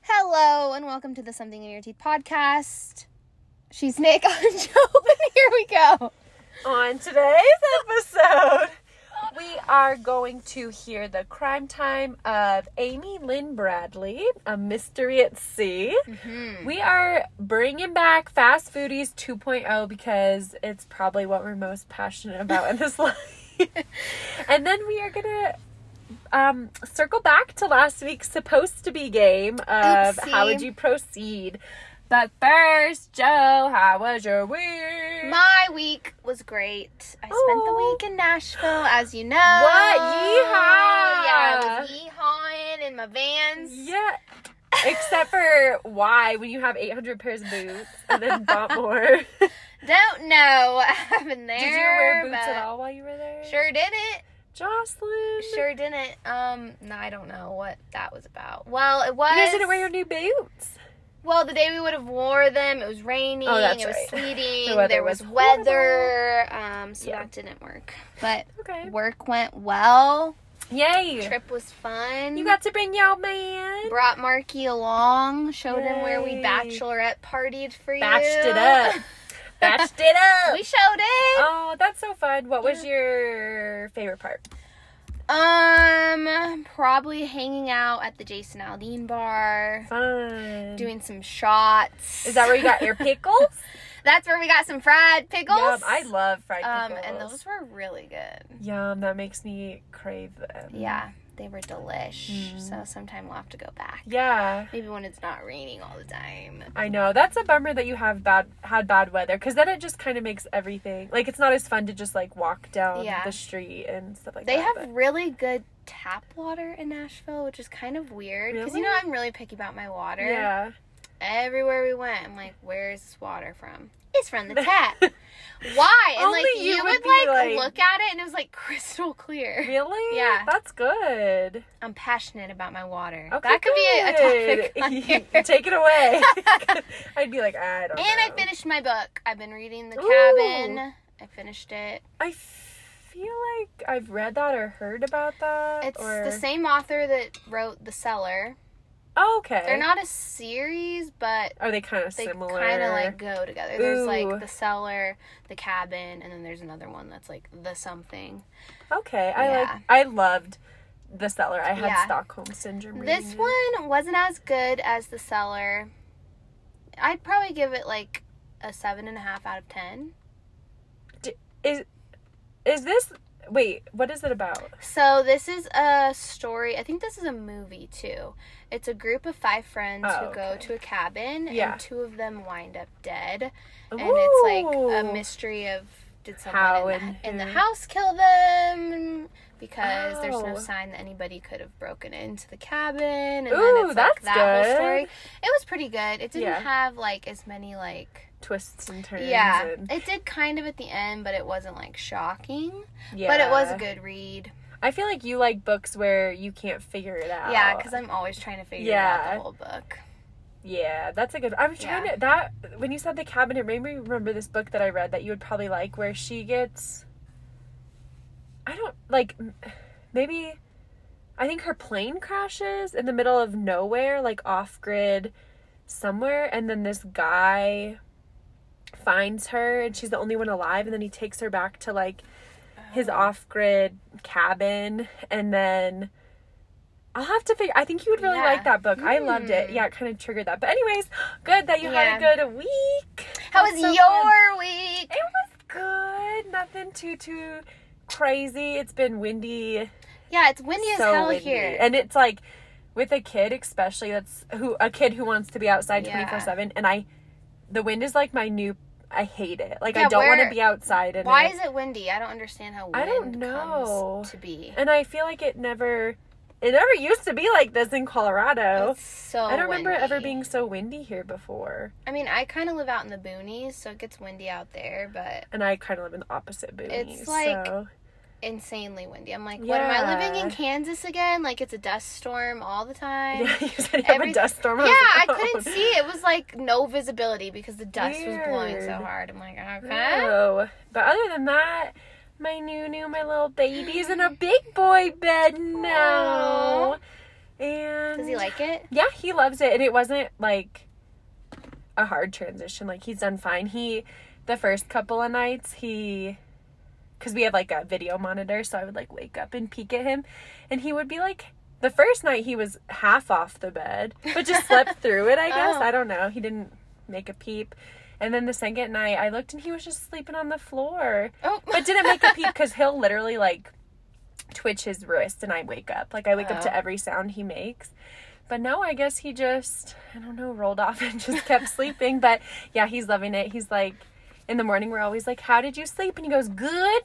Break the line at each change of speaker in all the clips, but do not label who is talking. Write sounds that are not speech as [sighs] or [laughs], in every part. Hello and welcome to the Something in Your Teeth podcast. She's Nick. [laughs] I'm Joe, and here we go.
On today's episode, we are going to hear the crime time of Amy Lynn Bradley, a mystery at sea.
Mm-hmm.
We are bringing back Fast Foodies 2.0 because it's probably what we're most passionate about in
[laughs]
this life. and then we are going to um, circle back to last week's supposed to be game of how would
Oopsie.
you proceed. But first, Joe, how was your week?
My week was great. I spent the
Oh.
week in Nashville, as you know.
What? Yeehaw!
Yeah, I was yeehawing in my Vans.
Yeah. Except for why when you have 800 pairs of boots and then bought more. [laughs] Did
Don't know what happened there.
you wear boots
but
at all while you were there?
Sure didn't.
Jocelyn.
Sure didn't. Um, no, I don't know what that was about. Well, it was.
You guys didn't wear your new boots.
Well, the day we would have wore them, it was raining,
Oh, that's
it was
right. [laughs]
sleeting,
The weather
there was,
was [laughs]
weather, um, so
Yeah.
that didn't work. But
Okay.
work went well.
Yay.
Trip was fun.
You got to bring y'all man.
brought Marky along, showed him where we
Yay.
bachelorette partied for you.
Batched it
[laughs]
up. Batched it up.
we showed it.
Oh, that's so fun. What was your favorite part? Oh.
Um, probably hanging out at the Jason Aldean bar,
Fun.
doing some shots.
Is that where you
[laughs]
got your pickles?
That's where we got some fried pickles.
Yum. I love fried
um,
pickles.
and those were really good.
Yum. That makes me crave them.
Yeah, they were delish.
Mm.
So sometime we'll have to go back.
Yeah.
Maybe when it's not raining all the time.
I know that's a bummer that you have bad had bad weather because then it just kind of makes everything like it's not as fun to just like walk down
Yeah.
the street and stuff like
They
that.
have really good tap water in Nashville, which is kind of weird because you know
Really?
I'm really picky about my
but-
water.
yeah,
Everywhere we went, I'm like, "Where's this water from?" It's from [laughs] [laughs] the tap. Why? And like
Only
you,
you
would,
would be
like,
like-
look at it, and it was like [laughs] crystal clear.
[laughs] really?
Yeah.
that's good.
I'm passionate about my water.
Okay,
that could be [laughs] a, a
[laughs]
topic. on
good.
here.
Take it
[laughs]
away. [laughs] I'd be like, I don't.
And I
know.
finished my book. I've been reading The
Ooh.
Cabin. I finished it.
I feel like I've read that or heard about that.
It's
or...
the same author that wrote The Cellar.
Oh, okay.
They're not a series, but
Are they kind of
they
similar?
kind of like go together. There's
Ooh.
like The Cellar, The Cabin, and then there's another one that's like The Something.
Okay, I
Yeah.
like. I loved the seller. I had
Yeah.
Stockholm syndrome. reading
This
it.
one wasn't as good as The Cellar. I'd probably give it like a seven and a half out of ten.
is this. Wait, what is it about?
So this is a story. I think this is a movie too. It's a group of five friends
Oh,
who go
okay.
to a cabin,
Yeah.
and two of them wind up dead. and it's like a
Ooh.
mystery of did someone
How
in,
and
the, in the
who.
house kill them because there's no
Wow.
sign that anybody could have broken into the cabin and then it's
Ooh,
like
that's
that whole
good.
story it was pretty good it didn't
Yeah.
have like as many like
twists and turns.
yeah
and-
it did kind of at the end but it wasn't like shocking
yeah.
but it was a good read
I feel like you like books where you can't figure it out.
yeah because i'm always trying to figure out
Oh. Yeah.
the whole book
yeah, that's a good. I'm trying
Yeah.
to that when you said the cabin, it made me remember this book that I read that you would probably like, where she gets. I don't like, m- maybe, I think her plane crashes in the middle of nowhere, like off grid, somewhere, and then this guy finds her, and she's the only one alive, and then he takes her back to like his
Oh.
off grid cabin and then I'll have to figure I think you would really
Yeah.
like that book. I loved it.
Hmm.
Yeah, it kind of triggered that. But anyways, good that you had
Yeah.
a good week.
how
That's
was
so
your
fun.
week
It was good. Nothing too too crazy. It's been windy.
yeah it's windy as
so
hell
windy.
here
And it's like with a kid especially that's who a kid who wants to be outside
Yeah.
24/7 and I the wind is like my new I hate it. Like
Yeah,
I don't want
where-
to be outside in
Why
it.
is it windy? I don't understand how wind
I don't know.
comes to be.
And I feel like it never it never used to be like this in Colorado.
It's so
I don't remember it ever
windy.
being so windy here before.
I mean, I kind of live out in the boonies, so it gets windy out there, but
And I kind of live in the opposite boonies.
It's like-
so.
insanely windy. I'm like, what am I living in
Yeah.
Kansas again? Like it's a dust storm all the time.
[laughs] yeah, you said you have
every-
a dust storm.
Yeah,
was
I
like, oh.
couldn't see. It was like no visibility because the dust was blowing so
Weird.
hard. I'm like, okay.
[laughs] No. But other than that, my new new my little baby's in a big boy bed now. And
Does he like it?
Yeah, he loves it, and it wasn't like a hard transition. Like he's done fine. He, the first couple of nights, he, because we have like a video monitor, so I would like wake up and peek at him, and he would be like. The first night he was half off the bed, but
[laughs]
just slept through it. I guess
Oh.
I don't know. He didn't make a peep, and then the second night I looked and he was just sleeping on the floor
Oh,
but didn't make
[laughs]
a peep because he'll literally like twitch his wrist and I wake up. Like I wake up to
Oh.
every sound he makes. But no, I guess he just I don't know rolled [laughs] off and just kept sleeping. But yeah, he's loving it. He's like in the morning we're always like, "How did you sleep?" And he goes, "Good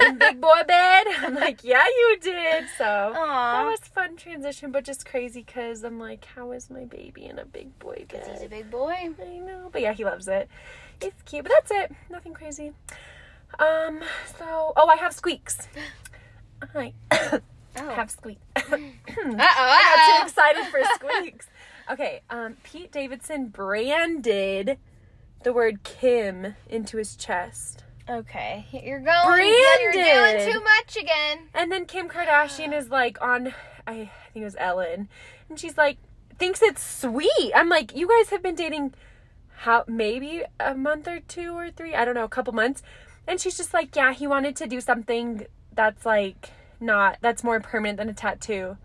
in big boy bed." I'm like, "Yeah, you did." So that
Aw.
was fun transition, but just crazy because I'm like, "How is my baby in a big boy bed?"
He's a big boy.
I know, but yeah, he loves it. It's cute, but that's it. Nothing crazy. Um, so oh, I have squeaks. I [coughs]
Oh.
have [coughs] squeaks.
Uh-oh,
I'm
uh-oh.
too excited for squeaks. Okay, um, Pete Davidson branded the word Kim into his chest,
[laughs] Okay, you're going. You're
Brandon!
doing too much again.
and then Kim Kardashian is like on, I think it was Ellen, and she's like thinks it's sweet. I'm like, you guys have been dating how maybe a month or two or three i don't know a couple months and she's just like yeah he wanted to do something that's like not that's more permanent than a tattoo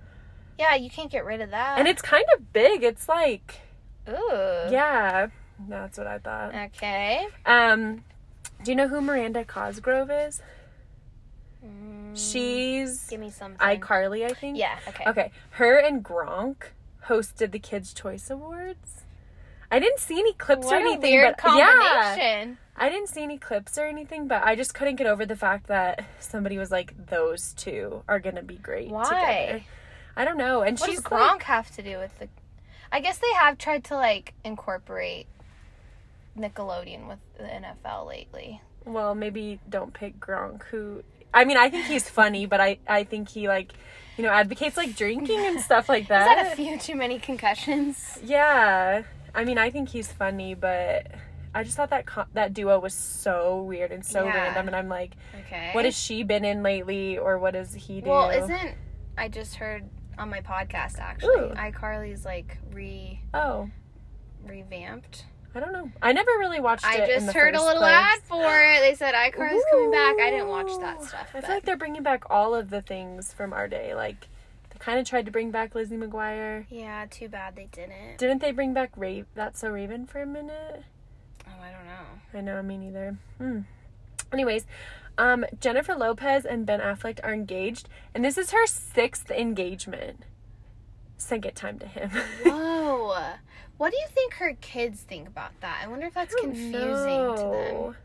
Yeah, you can't get rid of that.
and it's kind of big it's like
Ooh.
yeah that's what i thought
Okay.
um do you know who miranda cosgrove is
Mm,
she's
Give me something.
icarly i think
Yeah. Okay.
okay her and gronk hosted the kids choice awards i didn't see any clips
What
or anything
a weird
but yeah
combination.
I didn't see any clips or anything, but I just couldn't get over the fact that somebody was like, "Those two are gonna be great
Why?
together." I don't know. And
What
she's
does Gronk
like,
have to do with the? I guess they have tried to like incorporate Nickelodeon with the NFL lately.
well, maybe don't pick Gronk. Who? I mean, I think he's funny, but I I think he like, you know, advocates like drinking and stuff like
Is
that.
that a few too many concussions?
yeah, I mean, I think he's funny, but I just thought that co- that duo was so weird and so
Yeah.
random, and I'm like,
Okay.
what has she been in lately, or what does he do?
Well, isn't I just heard on my podcast actually
Ooh.
iCarly's like re
oh.
revamped.
I don't know. I never really watched
I
it. in
just
the
heard a
first
little
place.
ad for it. They said iCarly's coming back. I didn't watch
Ooh.
that stuff.
I
But.
feel like they're bringing back all of the things from our day. Like, they kind of tried to bring back Lizzie McGuire.
yeah, too bad they didn't.
Didn't they bring back Rave? That's so Raven for a minute.
Oh, I don't
[laughs]
know.
I know, me neither. Hmm. Anyways, um, Jennifer Lopez and Ben Affleck are engaged, and this is her sixth engagement. Second time to him. [laughs]
Whoa. Oh, What do you think her kids think about that? I wonder if that's confusing to them.
No.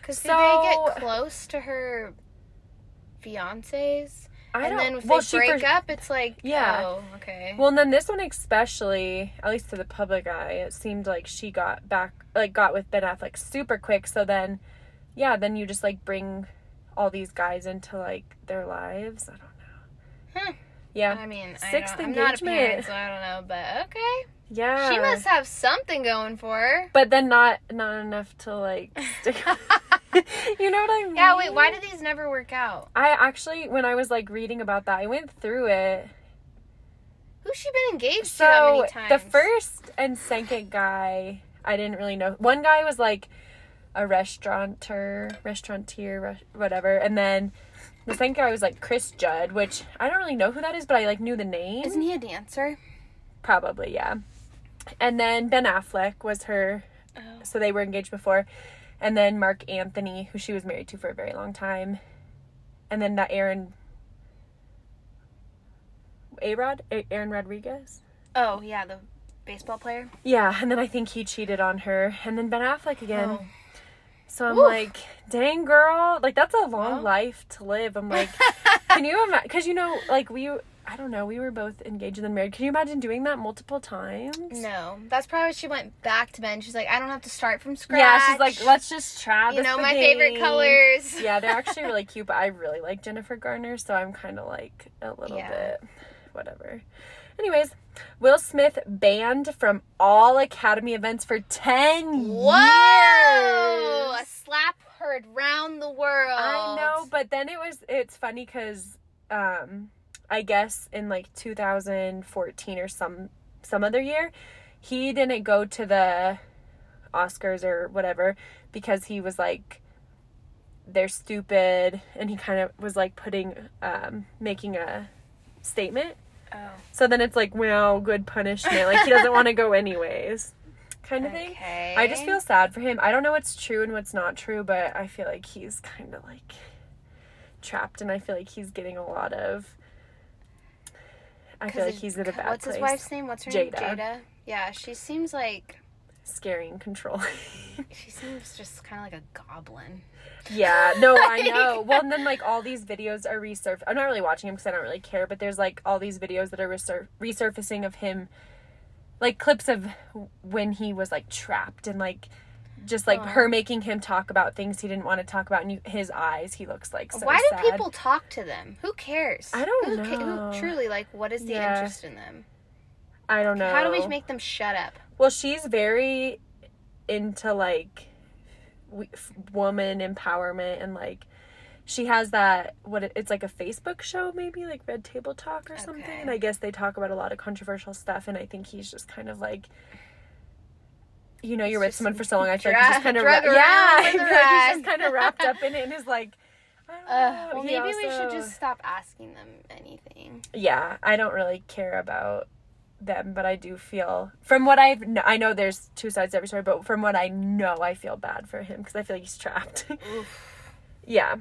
Because do they
So-
get close to her fiancés?
I
And
don't.
then if
well,
they
she
break
for-
up, it's like,
Yeah.
oh, okay.
Well, and then this one especially, at least to the public eye, it seemed like she got back, like got with Ben Affleck super quick. So then, yeah, then you just like bring all these guys into like their lives. I don't know.
Huh.
Yeah,
I mean,
Sixth
I don't, I'm not a parent,
engagement.
so I don't know, but okay.
yeah.
She must have something going for her.
but then not not enough
[laughs]
to like stick. [laughs] you know what I mean?
Yeah, wait, why
Mm-hmm.
do these never work out?
I actually when I was like reading about that, I went through it.
Who's she been engaged to that
so
many times?
the first and second guy i didn't really know one guy was like a restaurateur restaurateur res- whatever and then the second guy was like chris judd which i don't really know who that is but i like knew the name
Isn't he a dancer?
probably yeah and then ben affleck was her
Oh.
so they were engaged before and then mark anthony who she was married to for a very long time and then that aaron a rod aaron rodriguez
Oh, yeah, the baseball player.
Yeah, and then I think he cheated on her, and then Ben Affleck again.
Oh.
So I'm
Oof.
like, dang girl, like that's a long
Well.
life to live.
[laughs]
I'm like, can you imagine? Because you know, like we, I don't know, we were both engaged and then married. Can you imagine doing that multiple times?
No, that's probably why she went back to Ben. She's like, I don't have to start from scratch.
Yeah, she's like, let's just try.
you
this
know my
again."
favorite colors.
yeah, they're actually really cute, but I really like Jennifer Garner, so I'm kind of like a little
Yeah.
bit whatever. Anyways, Will Smith banned from all Academy events for 10
Whoa! A
years.
slap heard round the world.
I know, but then it was it's funny cuz um I guess in like 2014 or some some other year, he didn't go to the Oscars or whatever because he was like they're stupid and he kind of was like putting um making a statement.
Oh.
So then it's like, well, good punishment. Like he doesn't want
[laughs]
to go anyways. Kind of thing.
Okay.
I just feel sad for him. I don't know what's true and what's not true, but I feel like he's kind of like trapped, and I feel like he's getting a lot of. I feel like
it-
he's in a bad
What's
place.
his wife's name? What's her
Jada.
name? Jada. Yeah, she seems like
Scary and controlling.
she seems just kind of like a goblin.
yeah, no,
[laughs]
I know. Well, and then like all these videos are resurf. I'm not really watching him because I don't really care, but there's like all these videos that are resur- resurfacing of him, like clips of when he was like trapped and like. Just like
Aw.
her making him talk about things he didn't want to talk about, and you, his eyes, he looks like so
Why
sad.
do people talk to them? Who cares?
I don't
who
know.
who truly like what is the
Yeah.
interest in them?
I don't know.
How do we make them shut up?
Well, she's very into like we, f- woman empowerment and like she has that what it- it's like a Facebook show maybe like Red Table Talk or something.
Okay.
And I guess they talk about a lot of controversial stuff. And I think he's just kind of like. You know, you're
He's
with
just
someone for so long. I feel like he's
drug-
just kind of
drug around
yeah, [laughs]
with
I
the
feel like he's just
rag.
kind of wrapped up in it and is
[laughs]
like, I don't
Uh,
know.
well,
He
maybe we should
also-
just stop asking them anything.
yeah, I don't really care about them, but I do feel from what I've kn- I know there's two sides to every story, but from what I know, I feel bad for him because I feel like he's trapped. [laughs] yeah.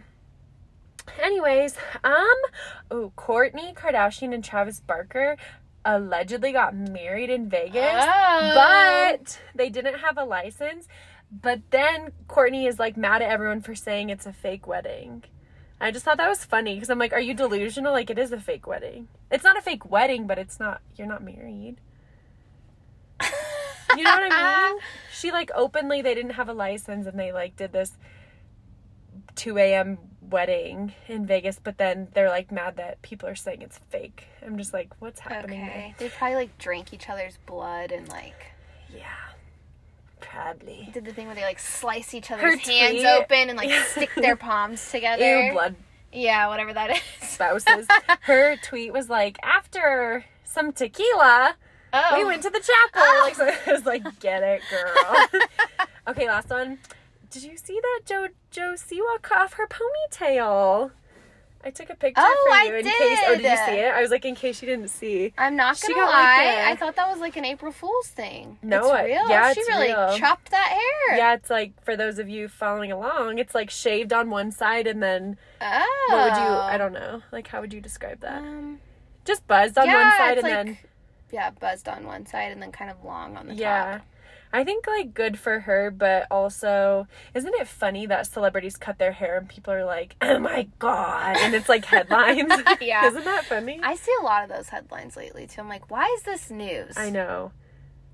Anyways, um, oh, Courtney Kardashian and Travis Barker allegedly got married in Vegas
Ah. Oh.
but they didn't have a license. But then Courtney is like mad at everyone for saying it's a fake wedding. I just thought that was funny because I'm like, are you delusional? Like, it is a fake wedding. It's not a fake wedding, but it's not, you're not married. You know what I mean? She like openly, they didn't have a license and they like did this 2 a.m. wedding in Vegas, but then they're like mad that people are saying it's fake. I'm just like, what's happening
okay. They probably like drank each other's blood and like
there? Yeah. Probably.
did the thing where they like slice each other's
Her
hands
tweet.
open
[laughs]
and like stick their palms together.
Ew, blood
Yeah, whatever that is.
spouses.
[laughs]
Her tweet was like, after some tequila,
Oh.
we went to the chapel.
[laughs]
Like, so I was like, get it, girl. okay, last one. Did you see that Joe Joe Siwa cut off her ponytail? I took a picture
Oh,
for
I
you in case. Oh, did you
did.
see it? I was like, in case you didn't see.
I'm not
She
gonna
got, like,
lie.
a-
I thought that was like an April Fool's thing.
No,
it's
I-
real.
yeah,
she
it's
really
real.
chopped that hair.
Yeah, it's like for those of you following along, it's like shaved on one side and then
Oh.
what would you? I don't know. Like, how would you describe that?
Um,
Just buzzed on
yeah,
one side
it's
and
like,
then
yeah, buzzed on one side and then kind of long on the
Yeah.
top.
I think like good for her, but also isn't it funny that celebrities cut their hair and people are like, "Oh my god." And it's like headlines.
[laughs] Yeah.
[laughs] Isn't that funny? I,
I see a lot of those headlines lately too. I'm like, why is this news?
know.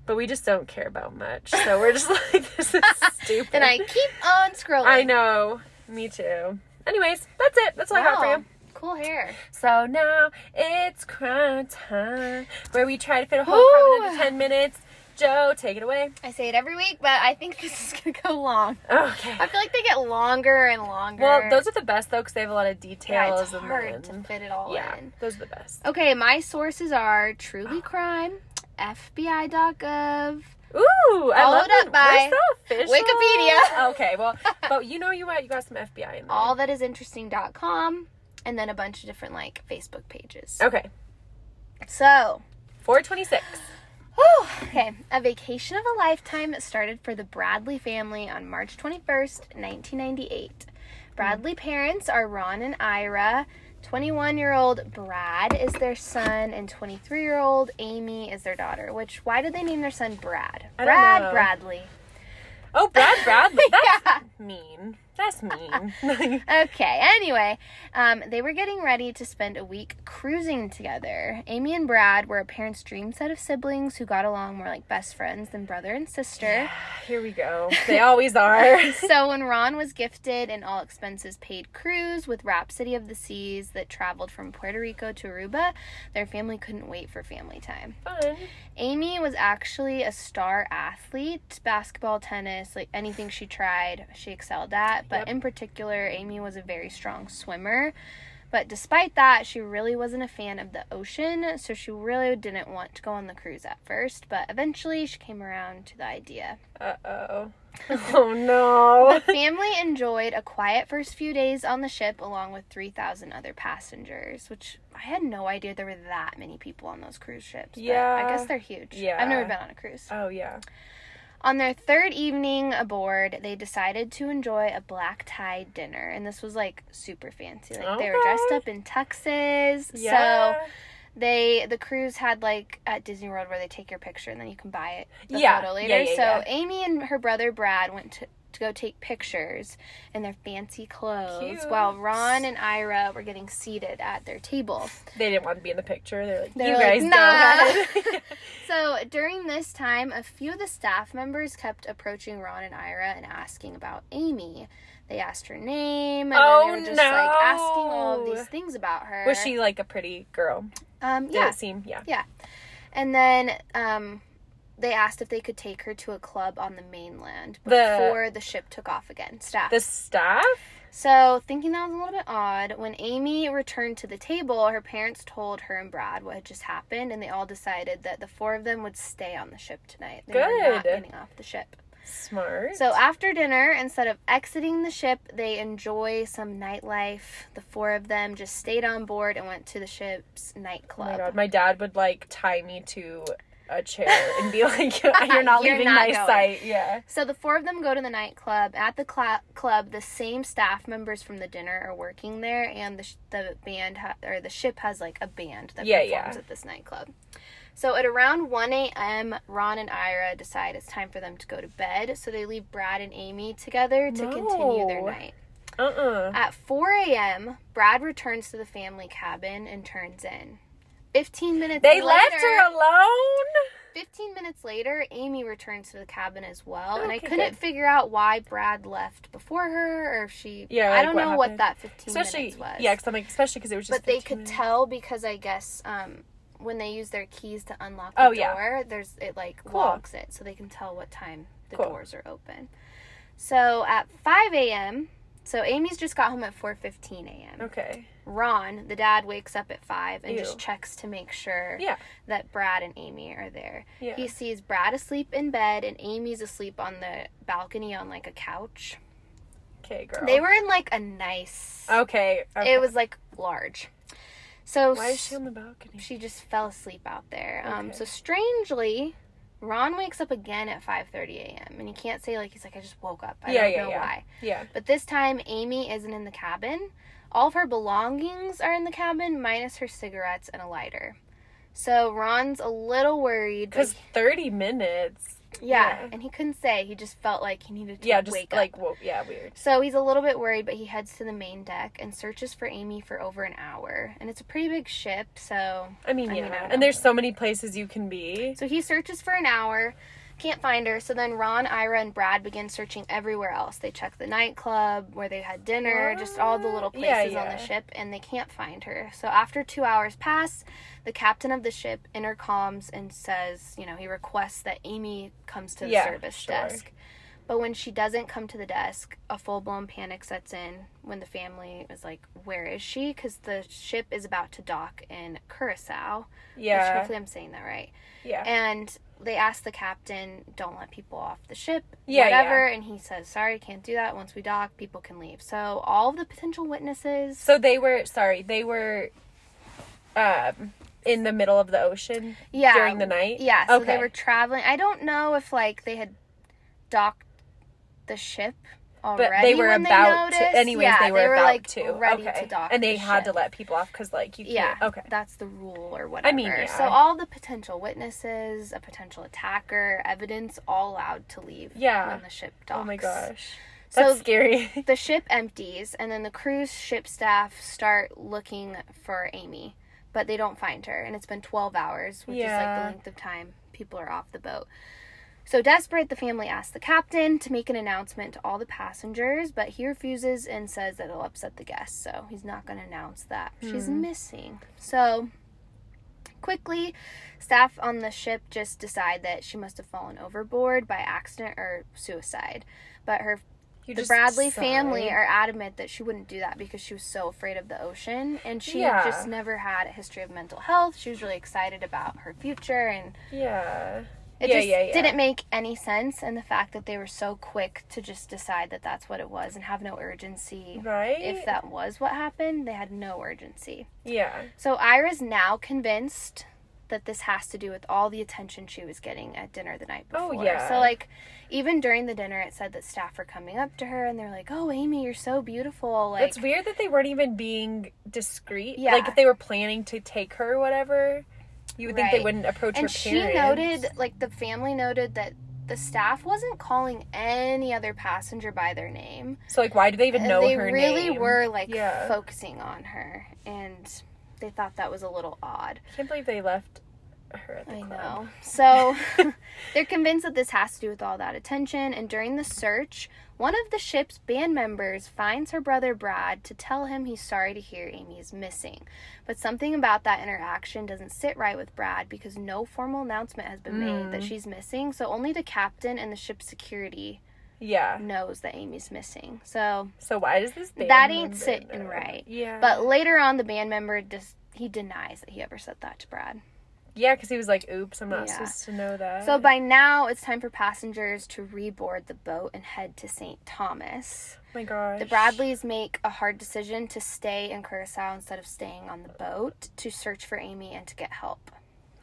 But we just don't care about much. So we're just [laughs]
[laughs]
like this is stupid.
And I keep on scrolling.
I know. Me too. Anyways, that's it. That's all I got for
Wow.
you.
Oh, Cool hair.
So now it's crime time where we try to fit a whole
Ooh.
crime into 10 minutes. Joe, take it away.
I say it every week, but I think [laughs] this is gonna go long.
Okay.
I feel like they get longer and longer.
Well, those are the best though because they have a lot of
yeah,
details.
it's hard
and
to
then-
fit it all
yeah,
in.
those are the best.
Okay, my sources are Truly Crime, FBI.gov.
Ooh, I
Followed
love that.
up by
Where's the official?
Wikipedia. [laughs]
okay, well, but you know you got you got some FBI in there.
all that is interesting.com and then a bunch of different like facebook pages
okay,
so
four twenty six.
whew, okay a vacation of a lifetime started for the bradley family on march 21st 1998 bradley
Mm.
parents are ron and ira 21 year old brad is their son and 23 year old amy is their daughter which why did they name their son brad
I don't
brad
know.
bradley
Oh, Brad Bradley.
[laughs]
That's
Yeah.
mean. That's mean.
[laughs]
[laughs]
Okay, anyway, um, they were getting ready to spend a week cruising together. Amy and Brad were a parent's dream set of siblings who got along more like best friends than brother and sister.
Here we go. They
[laughs]
always are.
so when Ron was gifted an all expenses paid cruise with Rhapsody of the Seas that traveled from Puerto Rico to Aruba, their family couldn't wait for family time.
Fun.
Amy was actually a star athlete, basketball, tennis, like anything she tried, she excelled at. But
Yep.
in particular, Amy was a very strong swimmer. But despite that, she really wasn't a fan of the ocean, so she really didn't want to go on the cruise at first, but eventually she came around to the idea.
Uh oh. Oh no.
The family enjoyed a quiet first few days on the ship along with 3,000 other passengers, which I had no idea there were that many people on those cruise ships. but
Yeah.
I guess they're huge.
Yeah.
I've never been on a cruise.
Oh yeah.
On their third evening aboard, they decided to enjoy a black tie dinner, and this was like super fancy. Like they were
Okay.
dressed up in tuxes.
Yeah.
So they the cruise had like at Disney World where they take your picture and then you can buy it the
Yeah.
photo
Yeah,
later.
yeah,
so
yeah.
Amy and her brother Brad went to to go take pictures in their fancy clothes
Cute.
while Ron and Ira were getting seated at their table.
they didn't want to be in the picture. They're like,
They
you
were like,
guys
"Nah."
go ahead.
So during this time, a few of the staff members kept approaching Ron and Ira and asking about Amy. They asked her name, and
Oh,
then they were just like asking all of
no.
these things about her.
[laughs] Was she like a pretty girl?
Um,
Did
yeah.
it seem? Yeah.
And then um, they asked if they could take her to a club on the mainland
The-
before the ship took off again. Staff.
The staff?
So, thinking that was a little bit odd, when Amy returned to the table, her parents told her and Brad what had just happened, and they all decided that the four of them would stay on the ship tonight. They were not
Good.
getting off the ship.
Smart.
So, after dinner, instead of exiting the ship, they enjoy some nightlife. The four of them just stayed on board and went to the ship's
Oh my
nightclub.
god, my dad would like tie me to a chair and be [laughs] like, "You're
[laughs]
not
You're
leaving
not
my
going.
sight." Yeah.
So the four of them go to the nightclub. At the cl- club, the same staff members from the dinner are working there, and the sh- the band ha- or the ship has like a band that
Yeah,
performs
yeah.
at this nightclub. So at around 1 a.m., Ron and Ira decide it's time for them to go to bed. So they leave Brad and Amy together to continue their
No.
night.
Uh uh
At 4 a.m., Brad returns to the family cabin and turns in. 15 minutes
They
later,
left her alone.
15 minutes later, Amy returns to the cabin as well, and I
Okay,
couldn't
good.
figure out why Brad left before her or if she.
Yeah,
I
like,
don't
what
know what
happened?
that 15
Especially,
minutes was.
yeah, because I'm like, especially because it was just.
but they
15
could
minutes.
tell because I guess um, when they use their keys to unlock the
Oh, yeah.
door, there's it like
Cool.
locks it, so they can tell what time the
Cool.
doors are open. So at 5 a.m. So Amy's just got home at 4:15 a.m.
Okay.
Ron, the dad, wakes up at five and just
Ew.
checks to make sure
Yeah.
that Brad and Amy are there.
Yeah.
He sees Brad asleep in bed and Amy's asleep on the balcony on like a couch.
Okay, girl.
They were in like a nice.
Uh, Okay. okay.
It was like large. So
Why is she on the balcony?
she just fell asleep out there. Um,
Okay.
so strangely, Ron wakes up again at 5:30 a.m. and he can't say like he's like I just woke up. I
Yeah,
don't
yeah,
know
yeah.
why.
Yeah.
But this time, Amy isn't in the cabin. All of her belongings are in the cabin, minus her cigarettes and a lighter. So Ron's a little worried. but-
Because 30 minutes.
yeah,
yeah.
and he couldn't say. He just felt like he needed to
Yeah, just
wake
like,
up.
whoa, yeah, weird.
So he's a little bit worried, but he heads to the main deck and searches for Amy for over an hour. And it's a pretty big ship, so
I mean,
I
yeah.
mean, I don't know.
and there's so many places you can be.
So he searches for an hour, can't find her. So then Ron, Ira, and Brad begin searching everywhere else. They check the nightclub, where they had dinner, just all the little
What? Yeah,
places on
yeah.
the ship, and they can't find her. So after two hours pass, the captain of the ship intercoms and says, you know, he requests that Amy comes to the
Yeah,
service
sure.
desk. But when she doesn't come to the desk, a full blown panic sets in when the family is like, Where is she? Because the ship is about to dock in Curacao. Yeah. Which
Yeah.
hopefully I'm saying that right
Yeah.
and they asked the captain, "Don't let people off the ship,
Yeah,
whatever." And he says, "Sorry, can't do that. Once we dock, people can leave." So all of the potential witnesses,
So they were sorry, they were um in the middle of the ocean
yeah,
during the night.
yeah. So
Okay.
they were traveling. I don't know if like they had docked the ship already,
but they were
when
about
they noticed.
to anyways
Yeah,
they were, about
like
to
ready
okay.
to dock,
and they
the
had
ship.
to let people off cuz like you
Yeah.
can't. Okay.
That's the rule or whatever.
I mean, yeah.
So all the potential witnesses, a potential attacker, evidence, all allowed to leave.
Yeah.
When the ship docks.
Oh my gosh.
So
That's scary. [laughs]
the ship empties and then the cruise ship staff start looking for Amy, but they don't find her and it's been 12 hours, which is like
Yeah.
the length of time people are off the boat. So desperate, the family asks the captain to make an announcement to all the passengers, but he refuses and says that it'll upset the guests, so he's not going to announce that she's missing. So quickly, staff on the ship just decide that she must have fallen overboard by accident or suicide, but her
You
the
just
Bradley
sigh.
family are adamant that she wouldn't do that because she was so afraid of the ocean and she
Yeah.
just never had a history of mental health. She was really excited about her future and
Yeah.
it
Yeah,
just
yeah, yeah.
didn't make any sense and the fact that they were so quick to just decide that that's what it was and have no urgency.
Right?
If that was what happened, they had no urgency.
Yeah.
So Ira's now convinced that this has to do with all the attention she was getting at dinner the night
Oh,
before.
yeah.
So like even during the dinner it said that staff were coming up to her and they're like, "Oh, Amy, you're so beautiful." Like
it's weird that they weren't even being discreet.
Yeah.
Like if they were planning to take her or whatever, you would think
Right.
they wouldn't approach her
and she
parents.
noted like the family noted that the staff wasn't calling any other passenger by their name.
So like why do they even
And
know
they
her
really
name?
were like
Yeah.
focusing on her and they thought that was a little odd.
I can't believe they left her at the
I
club.
know. So [laughs] they're convinced that this has to do with all that attention. And during the search, one of the ship's band members finds her brother Brad to tell him he's sorry to hear Amy is missing. But something about that interaction doesn't sit right with Brad because no formal announcement has been made
Hmm.
that she's missing. So only the captain and the ship's security
Yeah.
knows that Amy's missing. So
So why does this band
That ain't
member
sitting
know?
right.
Yeah.
but later on the band member just he denies that he ever said that to Brad.
yeah, because he was like, "Oops, I'm not
Yeah.
supposed to know that."
So by now, it's time for passengers to reboard the boat and head to St. Thomas.
oh my gosh,
The Bradleys make a hard decision to stay in Curacao instead of staying on the boat to search for Amy and to get help.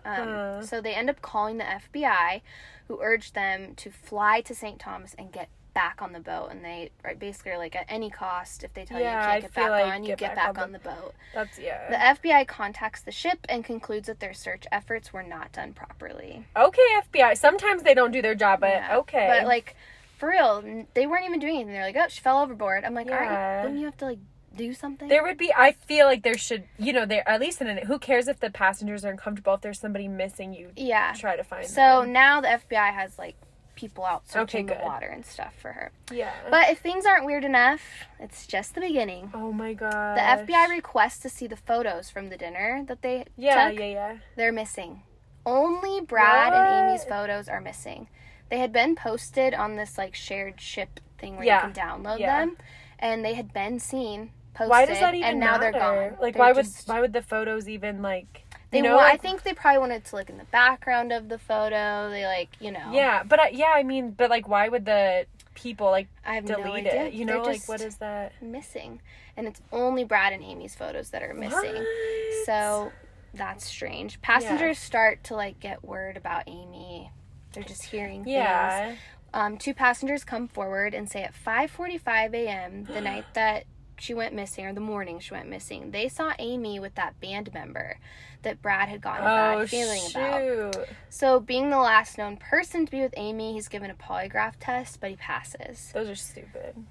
Um,
Huh.
So they end up calling the FBI, who urge them to fly to St. Thomas and get back on the boat. And they are basically like at any cost, if they tell
Yeah,
you
I
you can't get
feel
back
like
on, you
get
get,
back
back,
on
on, the boat.
That's yeah.
The FBI contacts the ship and concludes that their search efforts were not done properly.
okay, FBI. Sometimes they don't do their job, but
Yeah.
okay.
But like for real, n- they weren't even doing anything. They're like, oh, she fell overboard. I'm like, all
Yeah.
right, wouldn't you have to like do something?
there would be. I feel like there should. You know, there at least in an. Who cares if the passengers are uncomfortable? If there's somebody missing, you
yeah.
try to find.
So
them.
now the FBI has like people out searching
good.
the water and stuff for her.
yeah.
But if things aren't weird enough, it's just the beginning.
oh my god.
The FBI requests to see the photos from the dinner that they
Yeah,
took.
yeah, yeah.
They're missing. Only Brad
What?
and Amy's photos are missing. They had been posted on this like shared ship thing where
Yeah.
you can download
Yeah.
them, and they had been seen posted.
Why does that even
And now
matter?
they're gone.
Like,
They're
why
just-
would why would the photos even like?
they?
you know,
wa- I
like,
think they probably wanted to look in the background of the photo. They like you know.
Yeah, but I, yeah, I mean, but like, why would the people like
I have
delete
no idea.
it? You know,
they're
like,
just
what is that?
missing? And it's only Brad and Amy's photos that are missing.
What?
So that's strange. Passengers start to like get word about Amy. They're just hearing things.
yeah,
Um, two passengers come forward and say at 5:45 a.m.
[gasps]
the night that she went missing, or the morning she went missing, they saw Amy with that band member that Brad had gotten a
oh
bad feeling
shoot,
about. So, being the last known person to be with Amy, he's given a polygraph test, but he passes.
those are stupid.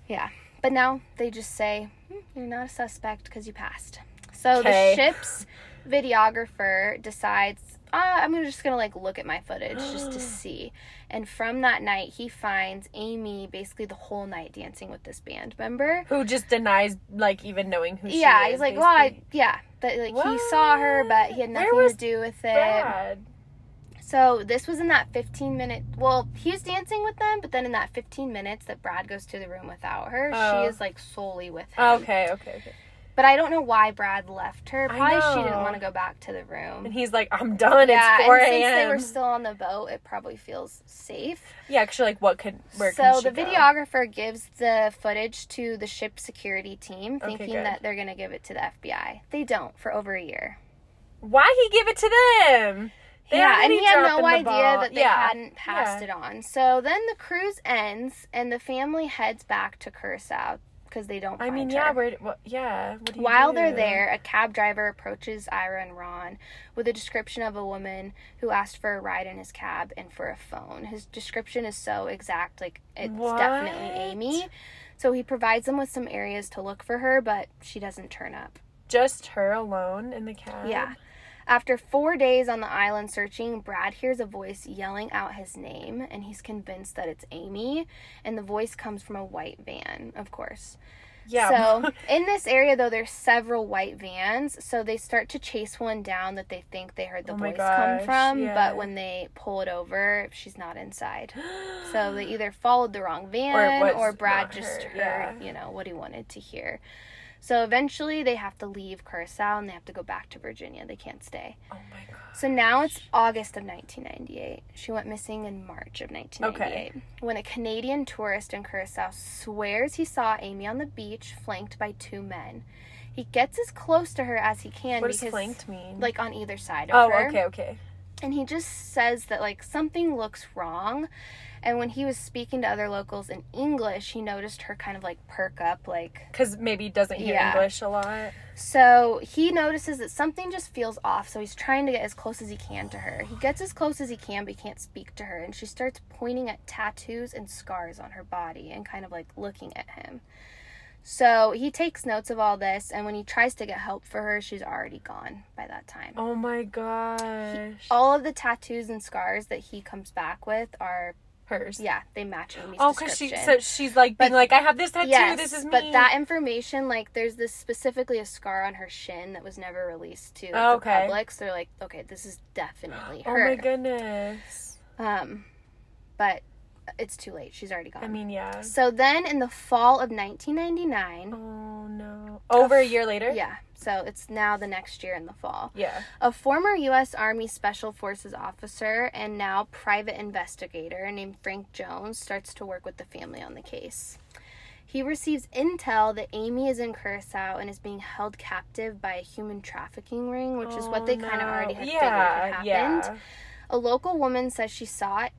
But now they just say, "Hmm, "You're not a suspect because you passed." So
Okay.
the ship's videographer decides, ah, "I'm just gonna like look at my footage just
[gasps]
to see." And from that night, he finds Amy basically the whole night dancing with this band member.
Who just denies like even knowing who? she
yeah,
is,
he's like,
basically.
"Well, I, yeah." But like he saw her, but he had
What? Where
nothing
was
to do with it.
Bad.
So this was in that 15 minute. Well, he was dancing with them, but then in that 15 minutes that Brad goes to the room without her,
Oh.
she is like solely with him.
Okay, okay, okay.
But I don't know why Brad left her.
I
Probably she
know.
didn't want to go back to the room.
And he's like, I'm done.
yeah,
it's four
and since they
a.m.
were still on the boat, it probably feels safe.
yeah, actually, like, what could where?
so
can she
the
go?
videographer gives the footage to the ship security team,
Okay,
thinking
good.
that they're going to give it to the FBI. They don't for over a year.
Why he give it to them? They
yeah, and
already
he had
dropping
no
the
idea
ball.
that they
Yeah.
hadn't passed
Yeah.
it on. So then the cruise ends, and the family heads back to Curacao because they don't.
I
find
mean,
her.
yeah, where? What, yeah. What do you
While
do?
they're there, a cab driver approaches Ira and Ron with a description of a woman who asked for a ride in his cab and for a phone. His description is so exact, like it's
What?
definitely Amy. So he provides them with some areas to look for her, but she doesn't turn up.
just her alone in the cab.
Yeah. After four days on the island searching, Brad hears a voice yelling out his name, and he's convinced that it's Amy. And the voice comes from a white van, of course.
[gasps] Yeah. [laughs]
So in this area though, there's several white vans, so they start to chase one down that they think they heard the
Oh my
voice
gosh,
come from,
yeah.
but when they pull it over, she's not
[gasps]
inside.
Oh
So they either followed the wrong
it
van
was
or, Brad
not
just
her,
heard,
yeah.
you know, what he wanted to hear. So eventually they have to leave Curacao and they have to go back to Virginia. They can't stay.
oh my god.
So now it's August of 1998. She went missing in March of 1998 when a Canadian tourist in Curacao swears he saw Amy on the beach flanked by two men. He gets as close to her as he can
What does
because
flanked mean?
like on either side of
oh,
her.
okay, okay.
And he just says that like something looks wrong. And when he was speaking to other locals in English, he noticed her kind of like perk up like
Because maybe he doesn't hear
Yeah.
English a lot.
so he notices that something just feels off, so he's trying to get as close as he can to her. He gets as close as he can, but he can't speak to her, and she starts pointing at tattoos and scars on her body and kind of like looking at him. So he takes notes of all this, and when he tries to get help for her, she's already gone by that time.
Oh my gosh.
All of the tattoos and scars that he comes back with are,
Hers.
yeah, they match Amy's
Oh, because
description.
she so she's like being
But-
like, I have this tattoo.
yes,
this is me.
but that information, like, there's this specifically a scar on her shin that was never released to
Oh, okay.
the public. So they're like, okay, this is definitely
[gasps] oh
her.
my goodness.
Um, but it's too late. She's already gone.
I mean, yeah.
so then in the fall of 1999,
Oh no. Over a year later.
yeah. So it's now the next year in the fall.
Yeah.
A former U.S. Army Special Forces officer and now private investigator named Frank Jones starts to work with the family on the case. He receives intel that Amy is in Curacao and is being held captive by a human trafficking ring, which is what
Oh,
they kind
no.
of already had figured
yeah,
had happened.
yeah.
A local woman says she saw it,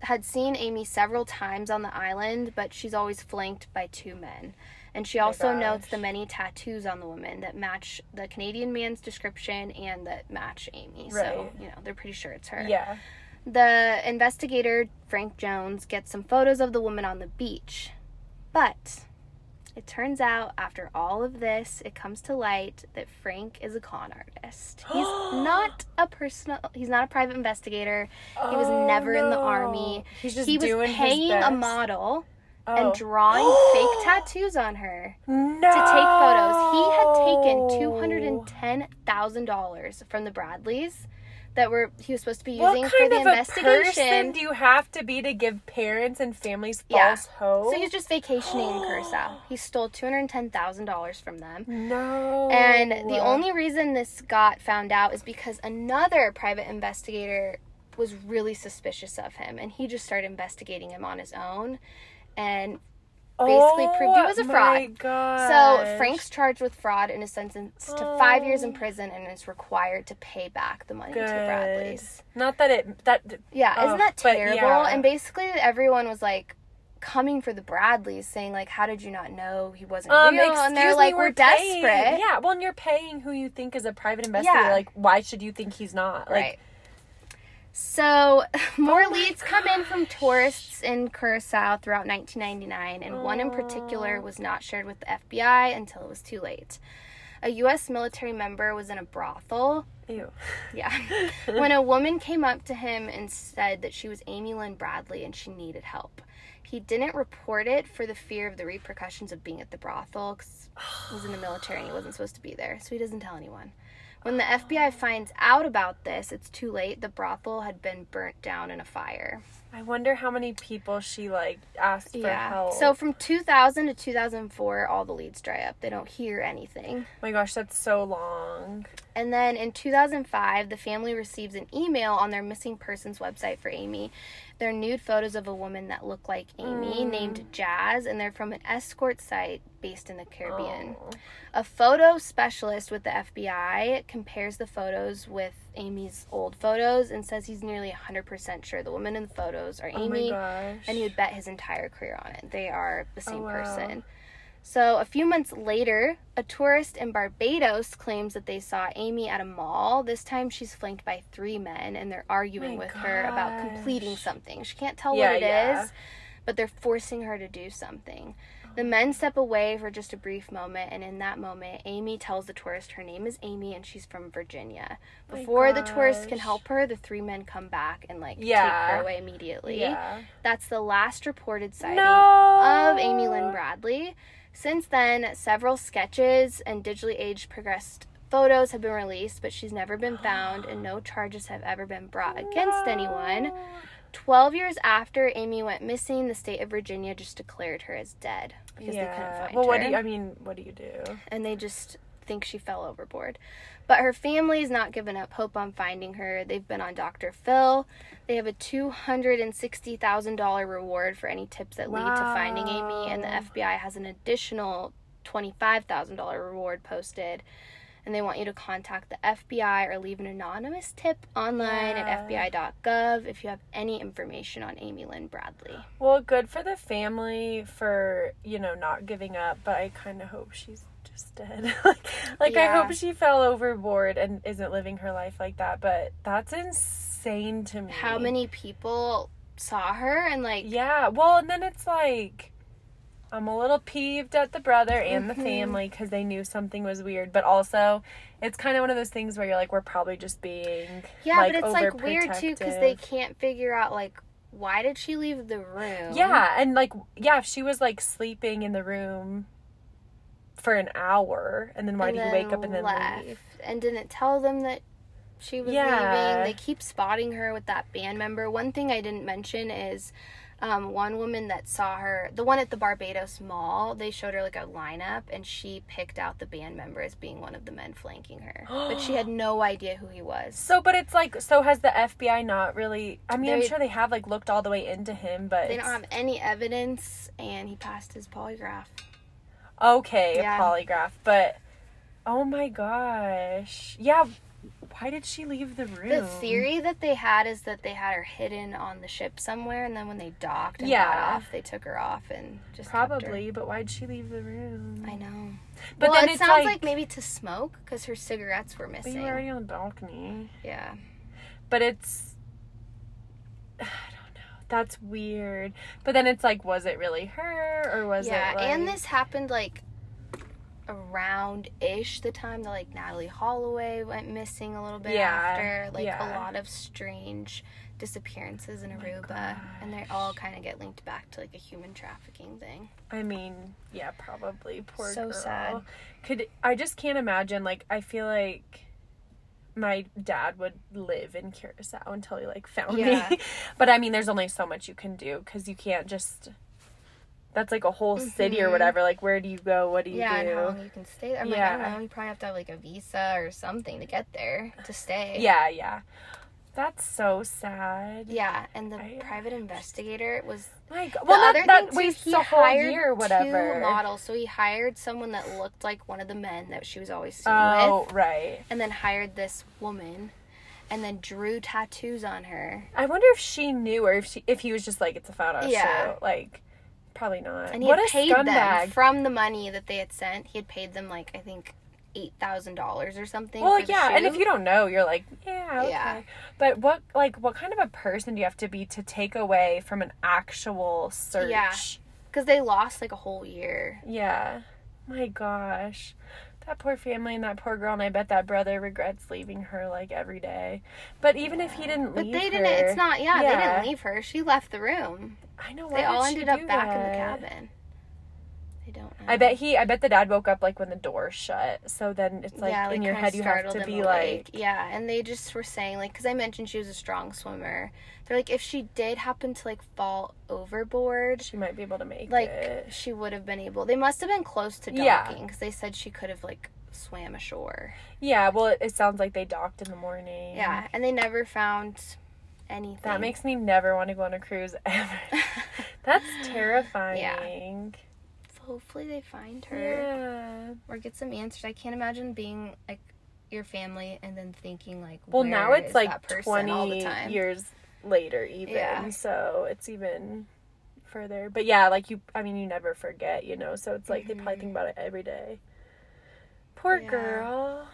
had seen Amy several times on the island, but she's always flanked by two men. And she also
Oh gosh.
notes the many tattoos on the woman that match the Canadian man's description and that match Amy. So,
Right.
you know, they're pretty sure it's her.
Yeah.
The investigator, Frank Jones, gets some photos of the woman on the beach. But it turns out, after all of this, it comes to light that Frank is a con artist.
[gasps]
He's not a personal, he's not a private investigator. He was
Oh,
never in the
no.
army.
He's just
he was
doing his
paying a
best.
model
Oh. [gasps]
and drawing fake tattoos on her
no.
to take photos. He had
Oh.
taken two hundred and ten thousand dollars from the Bradleys that were he was supposed to be using
what
for
kind
the
of A person
investigation.
do you have to be to give parents and families
Yeah.
false hope?
so he's just vacationing in
[gasps]
Curacao. He stole two hundred ten thousand dollars from them.
no.
And the only reason this got found out is because another private investigator was really suspicious of him and he just started investigating him on his own and basically proved he was a
Oh My
fraud.
gosh.
So Frank's charged with fraud and is sentenced to five years
Oh.
in prison and is required to pay back the money to the Bradleys.
Not that it that
Yeah,
Oh,
isn't that
but
terrible?
yeah.
And basically everyone was like coming for the Bradleys, saying like, "How did you not know he wasn't
um,
real?"
excuse
And they're
me,
like,
we're,
"We're,
paying-
desperate."
Yeah, well, and you're paying who you think is a private investigator.
Yeah.
Like, why should you think he's not? Like, Oh
right. So, [laughs] more
my
leads come in from tourists in Curacao throughout 1999, and one in
Oh.
particular was not shared with the FBI until it was too late. A U.S. military member was in a brothel
ew.
Yeah. when a woman came up to him and said that she was Amy Lynn Bradley and she needed help, he didn't report it for the fear of the repercussions of being at the brothel 'cause he was in the military and he wasn't supposed to be there, so he doesn't tell anyone. When the FBI finds out about this, it's too late. The brothel had been burnt down in a fire.
I wonder how many people she like asked for help.
So from 2000 to 2004, all the leads dry up. They don't hear anything.
Oh my gosh, that's so long.
And then in 2005, the family receives an email on their missing persons website for Amy. They're nude photos of a woman that look like Amy,
Hmm.
named Jazz, and they're from an escort site based in the Caribbean.
Oh.
A photo specialist with the FBI compares the photos with Amy's old photos and says he's nearly 100% sure the woman in the photos are
Oh
Amy,
my gosh. Oh,
and he would bet his entire career on it. They are the same
wow.
person. So a few months later, a tourist in Barbados claims that they saw Amy at a mall. This time she's flanked by three men and they're arguing
My
with her about
gosh.
completing something. She can't tell
Yeah,
what it is,
yeah. Oh.
but they're forcing her to do something. The men step away for just a brief moment, and in that moment, Amy tells the tourist her name is Amy and she's from Virginia. Before the tourist can
gosh.
help her, the three men come back and like take
Yeah.
her away immediately.
yeah.
That's the last reported sighting
No.
of Amy Lynn Bradley. Since then, several sketches and digitally aged progressed photos have been released, but she's never been found and no charges have ever been brought against anyone. 12 years after Amy went missing, the state of Virginia just declared her as dead because they couldn't find
well,
her
what do you, I mean? What do you do?
and they just think she fell overboard. But her family's not given up hope on finding her. They've been on Dr. Phil. They have a $260,000 reward for any tips that lead to finding Amy, and the
Wow.
FBI has an additional $25,000 reward posted. And they want you to contact the FBI or leave an anonymous tip online at FBI.gov if you have any information on Amy Lynn Bradley.
Well, good for the family for you know not giving up, but I kind of hope she's just dead. [laughs] like, like I
Yeah.
hope she fell overboard and isn't living her life like that. But that's insane to me.
How many people saw her and, like,
Yeah. Well, and then it's like. I'm a little peeved at the brother and the
Mhm.
family because they knew something was weird, but also it's kind of one of those things where you're like, we're probably just being
Yeah,
like,
but it's like weird too because they can't figure out like why did she leave the room?
Yeah, and like yeah, if she was like sleeping in the room for an hour and then why
and
do you wake up and then
left
leave?
and didn't tell them that she was
Yeah.
leaving. They keep spotting her with that band member. One thing I didn't mention is. Um, one woman that saw her, the one at the Barbados Mall, they showed her like a lineup, and she picked out the band member as being one of the men flanking
[gasps]
her, but she had no idea who he was.
So but it's like so has the FBI not really I mean I'm
They-
sure they have like looked all the way into him but
They don't
it's-
have any evidence, and he passed his polygraph.
okay,
Yeah.
a polygraph, but oh my gosh. Yeah, why did she leave the room?
The theory that they had is that they had her hidden on the ship somewhere, and then when they docked and
Yeah.
got off, they took her off and just kept her.
Probably, but why'd she leave the room?
I know,
But
well,
then
it
it's
sounds like,
like,
maybe to smoke because her cigarettes were
but you
missing.
were already on the balcony.
Yeah,
but it's [sighs] I don't know. That's weird. But then it's like, was it really her or was
yeah,
it? Like,
and this happened like around ish the time that like Natalie Holloway went missing a little bit
Yeah,
after, like a
yeah. Oh
lot of strange disappearances in Aruba, and they all kind of get linked back to like a human trafficking thing.
I mean, yeah, probably. Poor
So
girl.
sad.
Could I just can't imagine? Like, I feel like my dad would live in Curacao until he like found
Yeah.
me. [laughs] but I mean, there's only so much you can do because you can't just. That's like a whole city or
Mhm.
whatever. Like, where do you go? What do you
yeah,
do?
and how long you can stay there. I'm like, I
Yeah.
don't know. You probably have to have like a visa or something to get there to stay.
yeah, yeah. That's so sad.
Yeah, and the
I-
private investigator was
Like,
the
well,
other
that, that
thing
wastes
too. He
a whole
hired
year or
two
whatever.
models, so he hired someone that looked like one of the men that she was always seen
Oh,
with,
right.
and then hired this woman, and then drew tattoos on her.
I wonder if she knew or if she if he was just like it's a photo
Yeah.
show. Like, probably not.
And he
what
had
a
paid them
scumbag.
from the money that they had sent. He had paid them like I think eight thousand dollars or something.
well,
for the
yeah, and if
shoot.
you don't know, you're like, yeah, okay.
Yeah.
But what like what kind of a person do you have to be to take away from an actual search?
Yeah. because they lost like a whole year.
Yeah. My gosh. That poor family and that poor girl, and I bet that brother regrets leaving her like every day. But even if he didn't
But
leave
they
her,
didn't. It's not. Yeah, they
Yeah.
didn't leave her. She left the room.
I know.
they
why
all
did she
ended up
do
back in the
that?
cabin. They don't. Know.
I bet he. I bet the dad woke up like when the door shut. So then it's like in your
kinda
head you have
startled
to
them
be
awake.
like,
yeah. And they just were saying like, because I mentioned she was a strong swimmer. They're like, if she did happen to like fall overboard,
she might be able to make
like
it.
she would have been able. They must have been close to
Yeah.
docking because they said she could have like swam ashore.
Yeah. Well, it, it sounds like they docked in the morning.
Yeah, and they never found anything.
That makes me never want to go on a cruise [laughs] ever. That's terrifying.
[laughs] Hopefully they find
Yeah.
her. or get some answers. I can't imagine being like your family and then thinking like,
Well,
where
now
is
it's
that
like
person
twenty
all the time.
years later, even.
Yeah.
So it's even further. But yeah, like you. I mean, you never forget, you know. So it's like they probably think about it every day. Poor
Mm-hmm. Yeah.
girl.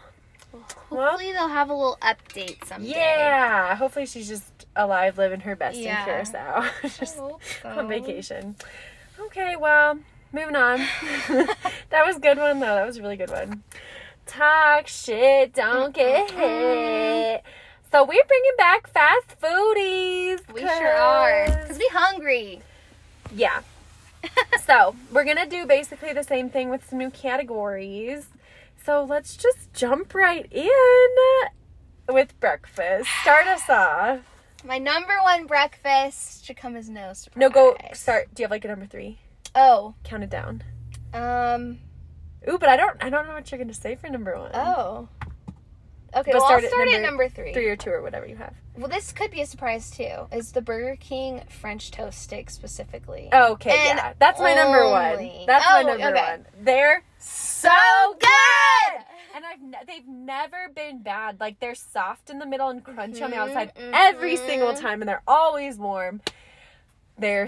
Hopefully they'll have a little update someday.
Yeah. Hopefully she's just alive, living her best
Yeah.
in Curacao.
I
[laughs] just
hope so.
on vacation. Okay, well,
[laughs]
moving on. that was a good one though. That was a really good one. Talk shit, don't get
Mm-hmm.
hit. So we're bringing back fast foodies.
We sure are. [laughs]
'cause-
Cause we hungry.
yeah. so we're gonna do basically the same thing with some new categories. So let's just jump right in with breakfast. Start us off.
My number one breakfast should come as no surprise.
No, go start. Do you have like a number three?
Oh,
Count it down.
um,
Ooh, but I don't. I don't know what you're gonna say for number one.
oh. Okay,
But
well,
start
I'll
at
start at
number
number three.
Three or two or whatever you have.
Well, this could be a surprise too. Is the Burger King French toast stick specifically?
Okay,
And
yeah, that's my number
only-
one. That's my
Oh,
number
okay.
one. They're
so
good! and I've ne- they've never been bad. Like they're soft in the middle and crunchy
Mm-hmm,
on the outside every
mhm.
single time, and they're always warm. They're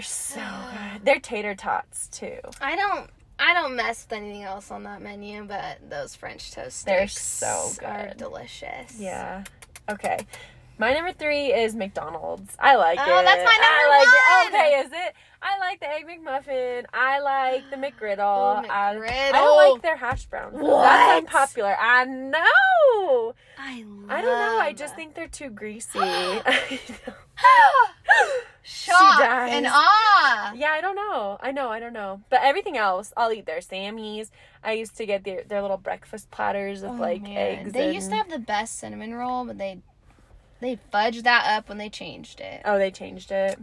[sighs]
so good. They're tater tots too.
I don't. I don't mess with anything else on that menu, but those French toast sticks
They're so
are
good.
delicious.
Yeah. Okay. My number three is McDonald's. I like
Oh,
it.
that's my number
I like
one!
it. Oh, Okay, is it? I like the egg McMuffin. I like the McGriddle.
Oh,
I, I
McGriddle.
don't like their hash browns.
What?
That's unpopular. I know.
I love.
I don't know. I just think they're
[gasps]
too greasy. [laughs] I know. [gasps]
shock
dies.
and awe.
yeah, I don't know. I know. I don't know. But everything else, I'll eat their Sammy's. I used to get their their little breakfast platters with
Oh,
like
man.
eggs.
They
and-
used to have the best cinnamon roll, but they they fudged that up when they changed it.
Oh, they changed it.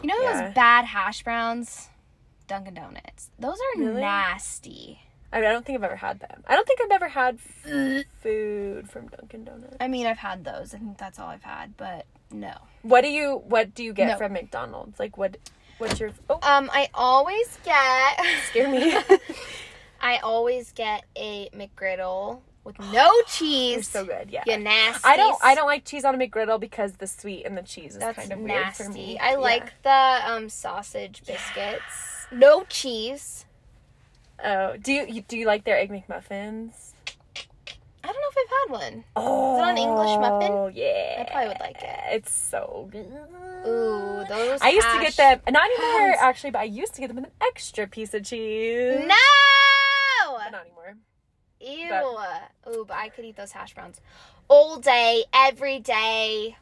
You know
Yeah.
those bad hash browns? Dunkin' Donuts. Those are
Really?
nasty.
I, mean, I don't think I've ever had them. I don't think I've ever had f- food from Dunkin' Donuts.
I mean, I've had those. I think that's all I've had, but no.
What do you What do you get
No.
from McDonald's? Like what What's your Oh,
Um, I always get
[laughs]
[laughs]
scare me.
I always get a McGriddle with no
[gasps] They're
cheese.
so good. Yeah.
You nasty.
I don't I don't like cheese on a McGriddle because the sweet and the cheese is
That's
kind of weird
nasty.
for me.
I
Yeah.
like the um sausage biscuits. No cheese.
Oh, do you, you do you like their egg McMuffins?
I don't know if I've had one.
Oh,
an English muffin?
Yeah,
I probably would like it.
It's so good.
Ooh, those.
Mm. I used to
hash-
get them, not anymore
browns.
actually, but I used to get them with an extra piece of cheese.
No.
But not anymore.
Ew.
But-
Ooh, but I could eat those hash browns all day, every day.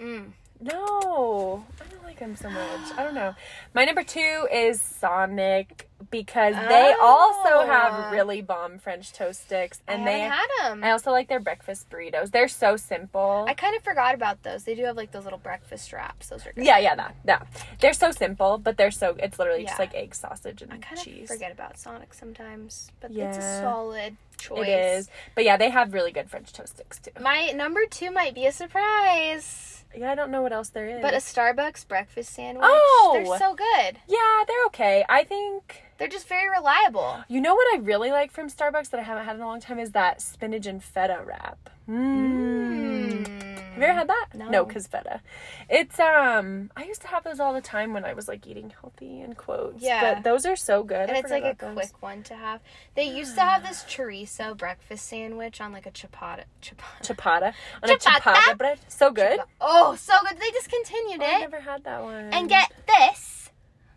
Mm.
No, I don't like them so much. I don't know. My number two is Sonic because they also
Oh.
have really bomb French toast sticks, and
I
they.
haven't had them.
I also like their breakfast burritos. They're so simple.
I kind of forgot about those. They do have like those little breakfast wraps. Those are good.
yeah, yeah, that, that. They're so simple, but they're so. It's literally just
Yeah.
like egg, sausage, and
I kind of
cheese.
forget about Sonic sometimes, but it's a
Yeah.
solid choice.
It is, but yeah, they have really good French toast sticks too.
My number two might be a surprise,
Yeah, I don't know what else there is.
but a Starbucks breakfast sandwich.
Oh!
They're so good.
yeah, they're okay. I think
They're just very reliable.
You know what I really like from Starbucks that I haven't had in a long time is that spinach and feta wrap.
Hmm.
Mm. Have you ever had that?
No.
No, because feta. It's um I used to have those all the time when I was like eating healthy and quotes.
Yeah.
But those are so good.
and
I
it's
forgot
like a
about those.
quick one to have. They used to have this chorizo breakfast sandwich on like a chapata. Chapata.
Chapata. On a
Ciabatta?
ciabatta bread. So [laughs] good.
Oh, so good. They discontinued
Oh, I
it.
never had that one.
And get this.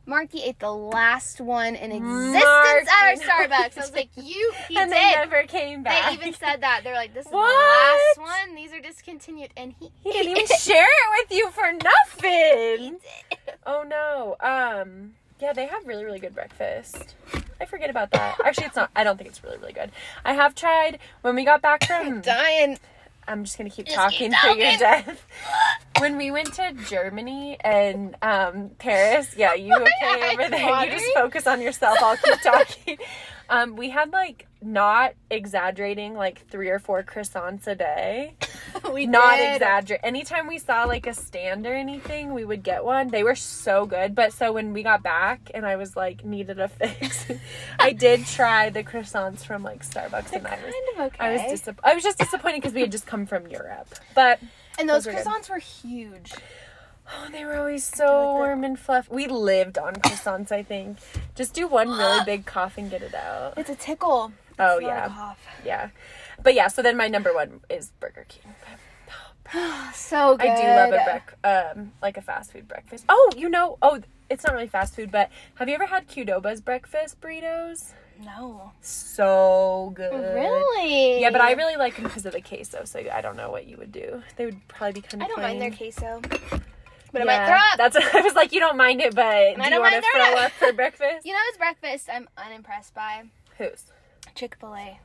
Marky ate the last one in existence at our
Marky.
Starbucks. I was like, you, he
And they
did.
never came
They,
back. [laughs]
even said that. They were like, this is
What?
the last one. These are discontinued. And he,
he didn't
[laughs] ate
even share it with you for
it. He
nothing.
did.
Oh no. Um yeah, they have really really good breakfast. I forget about that. Actually, it's not. I don't think it's really really good. I have tried when we got back
[laughs]
from
Dying.
I'm just gonna keep
Just
talking
keep
for your
talking.
death. [laughs] When we went to Germany and um, Paris,
[laughs]
yeah, you
My
okay
eyes
over there? You just
watering.
focus on yourself. I'll keep talking. [laughs] Um, we had like not exaggerating like three or four croissants a day.
[laughs] we
Not
did.
exaggerate. Anytime we saw like a stand or anything, we would get one. They were so good. But so when we got back and I was like needed a fix, [laughs] I did try the croissants from like Starbucks and I was
Kind of okay.
I was disapp- I was just disappointed because we had just come from Europe, but
and those
those were good.
croissants were huge.
oh, they were always so
that.
warm and fluffy. We lived on croissants. I think just do
[gasps]
one really big cough and get it out.
It's a tickle.
Oh
It's not a
yeah,
cough.
yeah, but yeah. So then my number one is Burger King.
So good.
I do love a break, um, like a fast food breakfast. Oh, you know, oh, it's not really fast food, but have you ever had Qdoba's breakfast burritos?
No.
So good.
Really?
Yeah, but I really like them because of the queso. So I don't know what you would do. They would probably be kind
I
of.
don't mind their queso. but I
Yeah,
might throw up.
That's I was like, you don't mind it, but do
don't
you want to
mind
throw
throwing
up.
up.
for
[laughs]
breakfast?
you know, it's breakfast. I'm unimpressed by
Who's?
Chick Fil A.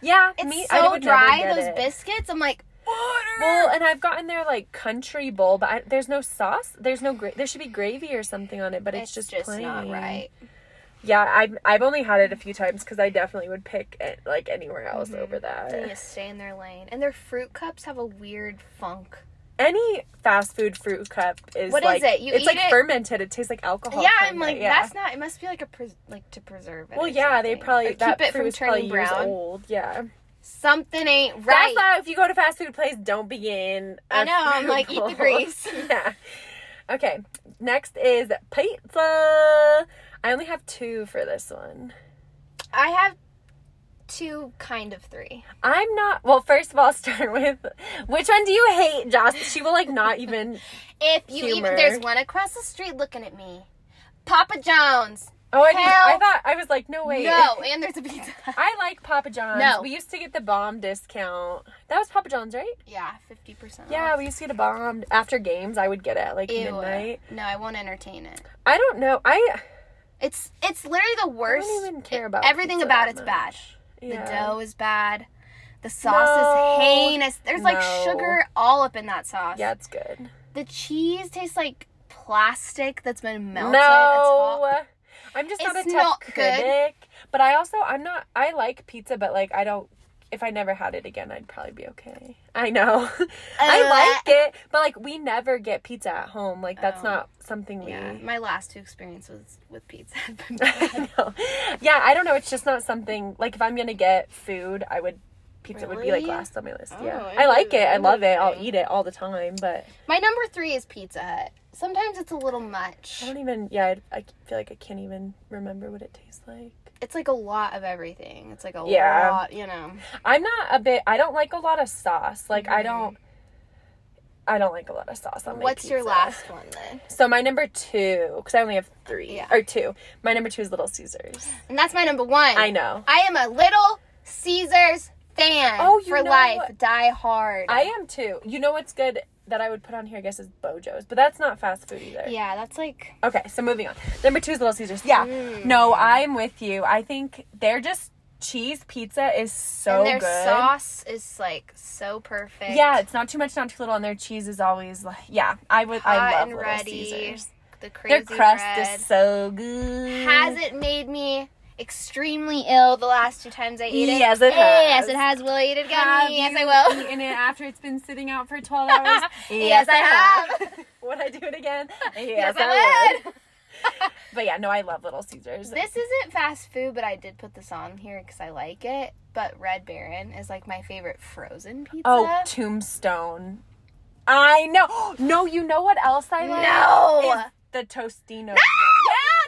Yeah,
It's
me. I
so
would never
dry.
get
Those
it.
biscuits. I'm like water.
Well, and I've gotten their like country bowl, but I, there's no sauce. There's no gra- there should be gravy or something on it, but it's,
it's
just,
just,
plain.
not right.
Yeah, I've I've only had it a few times because I definitely would pick it like anywhere else
Mm-hmm.
over
They need
[laughs] that.
to stay in their lane. And their fruit cups have a weird funk.
Any fast food fruit cup is
What is
like,
it? You
it's
eat
like
it-
fermented. It tastes like alcohol.
yeah, I'm
kinda,
like
yeah.
that's not. It must be like a pres- like to preserve it.
Well,
or
yeah, they
something.
probably
Or keep
that
it
fruit
from
was probably
turning
years
brown.
old. Yeah,
Something ain't
That's
right.
why if you go to fast food place, don't begin.
I know, I'm like, eat the
[laughs]
grease.
yeah. Okay. Next is pizza. I only have two for this one.
I have two, kind of three.
I'm not. Well, first of all, [laughs] start with which one do you hate, Joss? She will like not even.
If you
Humor.
even there's one across the street looking at me, Papa John's.
Oh, I, didn't, I
Hell
thought I was like, no way.
No, and there's a pizza. [laughs]
I like Papa John's.
No.
We used to get the bomb discount. That was Papa John's, right?
yeah, fifty percent.
Yeah, we used to get a bomb after games. I would get it at like
Ew.
midnight.
No, I won't entertain it.
I don't know. I
It's it's literally the
I
worst.
don't even care
It-
about
everything
pizza
about
that
it's bad.
much.
The
Yeah.
dough is bad. The sauce
No.
is heinous. There's like
No.
sugar all up in that sauce.
Yeah, it's good.
The cheese tastes like plastic that's been melted. It's all-
no, I'm just not a
It's
tough
not good.
critic. But I also I'm not. I like pizza, but like I don't. If I never had it again, I'd probably be okay. I know. [laughs]
Uh,
I like it, but like we never get pizza at home. Like that's
Oh.
not something we.
Yeah, my last two experiences with pizza have been
[laughs] I [laughs]
bad.
know. Yeah, I don't know. It's just not something like if I'm gonna get food, I would pizza would be like
Really?
last on my list.
Oh,
yeah,
I
I like it.
didn't-
I
I
love it. I'll
didn't-
eat it all the time. But
my number three is Pizza Hut. Sometimes it's a little
I
much.
don't even. Yeah, I, I feel like I can't even remember what it tastes like.
It's like a lot of everything. It's like a
Yeah.
lot, you know.
I'm not a bit. I don't like a lot of sauce. Like I don't. I don't like a lot of sauce on my
Mm-hmm. What's your
pizza.
last one then?
So my number two, because I only have three
Yeah.
or two. My number two is Little Caesars.
And that's my number one.
I know.
I am a little Caesars fan.
Oh, you
for
know-
life, die hard.
I am too. You know what's good that I would put on here? I guess is Bojo's, but that's not fast food either.
yeah, that's like
Okay, so moving on. Number two is Little Caesars. Yeah.
Mm.
No, I'm with you. I think they're just cheese pizza is so
and their
good.
sauce is like so perfect.
Yeah, it's not too much, not too little, and their cheese is always like yeah. I would I
Hot
love
and
Little
ready.
Caesars.
the crazy
Their crust
bread.
is so good.
has it made me extremely ill the last two times I ate it?
Yes, it has.
Yes, it has. Will I eat it again?
Have
yes,
you
I will. [laughs]
Eaten it after it's been sitting out for twelve hours.
Yes, I have.
[laughs] would I do it
[laughs]
again? Yes,
I
would. but yeah, no, I love Little Caesars.
This isn't fast food, but I did put this on here because I like it. But Red Baron is like my favorite frozen pizza.
Oh, Tombstone. I know. [gasps] No, you know what else I like?
No.
Is the Tostino. No! Yeah,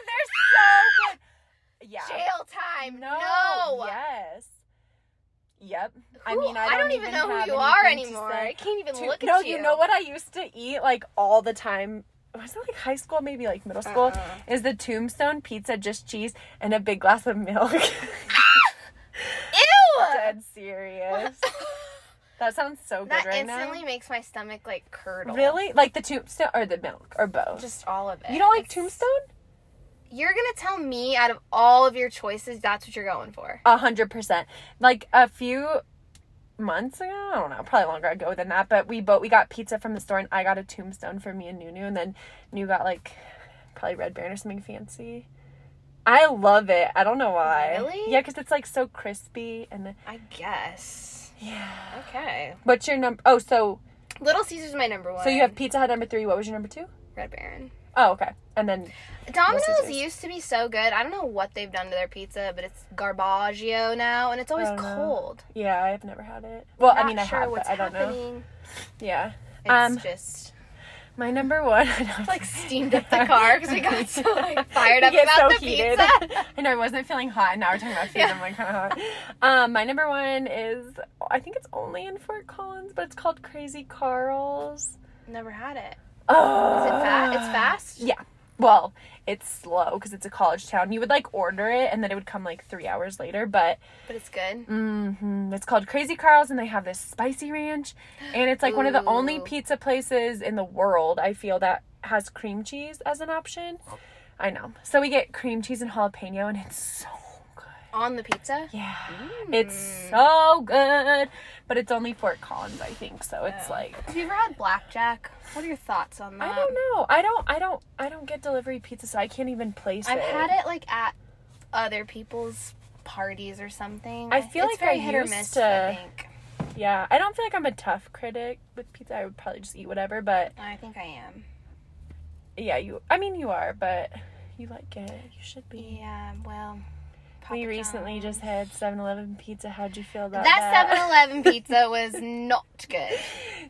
they're so good. Yeah.
jail time. No.
Yes. Yep.
Who- don't even, know
have
who you are
anything to
anymore.
say.
I can't even
To-
look at
no,
you.
you know what I used to eat like all the time. Was it like high school, maybe like middle school?
Uh-uh.
Is the tombstone pizza just cheese and a big glass of
[laughs]
milk? [laughs]
Ew.
Dead serious. That sounds so good
that
right
instantly
now.
makes my stomach like curdle.
Really? Like the tombstone or the milk or both?
Just all of it.
you don't like
It's-
tombstone?
You're gonna tell me out of all of your choices, that's what you're going for.
A hundred percent. Like a few months ago, I don't know, probably longer ago than that, but we both we got pizza from the store and I got a tombstone for me and Nunu and then Nunu got like probably red baron or something fancy. I love it. I don't know why.
Really?
Yeah, because it's like so crispy and
I guess.
yeah.
Okay.
What's your number? Oh, so
Little Caesar's my number one.
so you have Pizza Hut number three. What was your number two?
Red Baron.
Oh, okay. And then
Domino's
Caesars.
used to be so good. I don't know what they've done to their pizza, but it's garbaggio now, and it's always
I don't know.
cold.
yeah, I've never had it. Well, I
Not
mean, I
sure
have, but
what's
I don't know.
happening.
Yeah.
It's
Um,
just
My number one. [laughs] I know.
[laughs] like steamed up [laughs] the car because we got so like fired [laughs]
We
up
get
about
so
the
heated. [laughs]
pizza.
I know I wasn't feeling hot, and now we're talking about food.
Yeah.
I'm like kind of hot. Um, my number one is I think it's only in Fort Collins, but it's called Crazy Carl's.
[laughs] Never had it. Is
Oh,
it fast? It's fast.
Yeah, well, it's slow because it's a college town. You would like order it and then it would come like three hours later, but
But it's good.
hmm it's called Crazy Carl's and they have this spicy ranch. And it's like one of the only
Ooh.
pizza places in the world, I feel, that has cream cheese as an option. I know. So we get cream cheese and jalapeno and it's so good.
On the pizza?
Yeah. It's
Mm.
so good. But it's only Fort Collins, I think. So it's like
Have you ever had blackjack? What are your thoughts on that?
I don't know. I don't I don't I don't get delivery pizza, so I can't even place
I've
it.
had it like at other people's parties or something.
I feel
it's
like
very
I
hit or
used
miss.
to-
I think.
Yeah. I don't feel like I'm a tough critic with pizza. I would probably just eat whatever, but
I think I am.
yeah, you I mean you are, but you like it. You should be.
Yeah. Well.
we
Papa
recently
John's.
just had 7-Eleven pizza. How'd you feel about
That
that?
7
[laughs]
Eleven pizza was not good.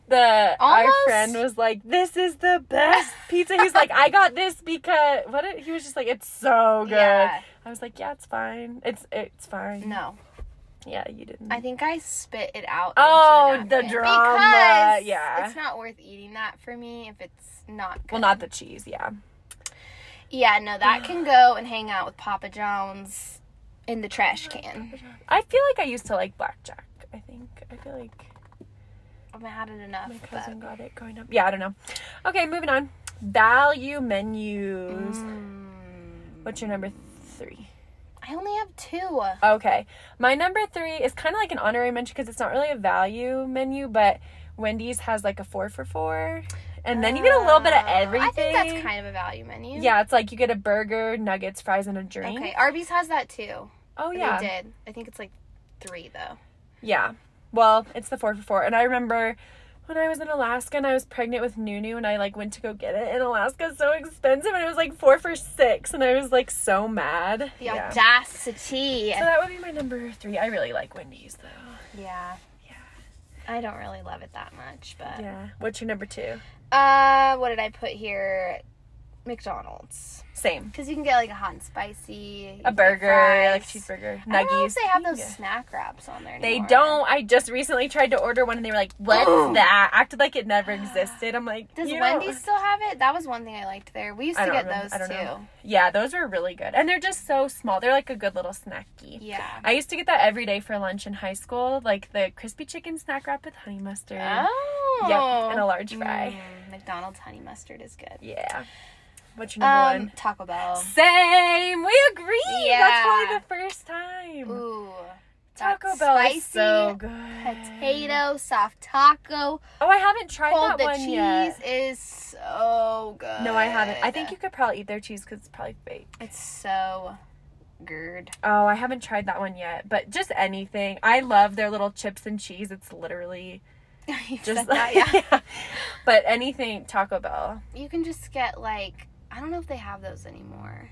the our
Almost.
friend was like, "This is the
[laughs]
best pizza." He's like, "I got this because what?" It, he was just like, "It's so good."
Yeah.
I was like, "Yeah, it's fine. It's it's fine."
No.
Yeah, you didn't.
I think I spit it out.
Oh,
into a
the
napkin
drama,
because
yeah.
It's not worth eating that for me if it's not good.
well, not the cheese. Yeah.
Yeah, no,
[sighs]
that can go and hang out with Papa John's in the trash can.
I feel like I used to like blackjack. I think I feel like
I've had it enough.
my
But,
cousin got it growing up. Yeah, I don't know. Okay, moving on. Value menus.
Mm,
What's your number three?
I only have two.
Okay. My number three is kind of like an honorary mention because it's not really a value menu, but Wendy's has like a four for four. And then you get a little bit of
Uh,
everything.
I think that's kind of a value menu.
Yeah, it's like you get a burger, nuggets, fries, and a drink.
Okay, Arby's has that too.
Oh,
Or
yeah.
They did. I think it's like three though.
Yeah. Well, it's the four for four. And I remember when I was in Alaska and I was pregnant with Nunu and I like went to go get it. And Alaska's so expensive and it was like four for six. And I was like so mad.
The audacity.
So that would be my number three. I really like Wendy's though.
Yeah.
Yeah.
I don't really love it that much, but
Yeah. What's your number two?
uh, what did I put here? McDonald's,
Same.
because you can get like a hot and spicy, you
a
can get
burger, like
fries.
cheeseburger,
I don't know if
nuggies.
they have those
Yeah.
snack wraps on there.
They
anymore.
don't. I just recently tried to order one, and they were like, "What's that?" Acted like it never existed. I'm like,
Does
"You don't-
Wendy's still have it? That was one thing I liked there. We used to
I don't
get
remember-
those
I don't
too.
know. Yeah, those are really good, and they're just so small. They're like a good little snacky.
Yeah.
I used to get that every day for lunch in high school, like the crispy chicken snack wrap with honey mustard.
Oh.
Yep, and a large fry.
Mm, McDonald's honey mustard is good.
Yeah. What's your number
Um,
one?
Taco Bell.
Same. We agree. That's probably
Yeah.
the first time.
Ooh. that
Taco Bell
spicy
is so good.
Potato, soft taco,
Oh, I haven't tried
hold
that
the
one
cheese
yet.
is so good.
No, I haven't. I
Uh,
think you could probably eat their cheese because it's probably fake.
It's so good. [laughs]
Oh, I haven't tried that one yet. But just anything. I love their little chips and cheese. It's literally
you said
just [laughs]
that, yeah.
But anything Taco Bell.
You can just get like I don't know if they have those anymore.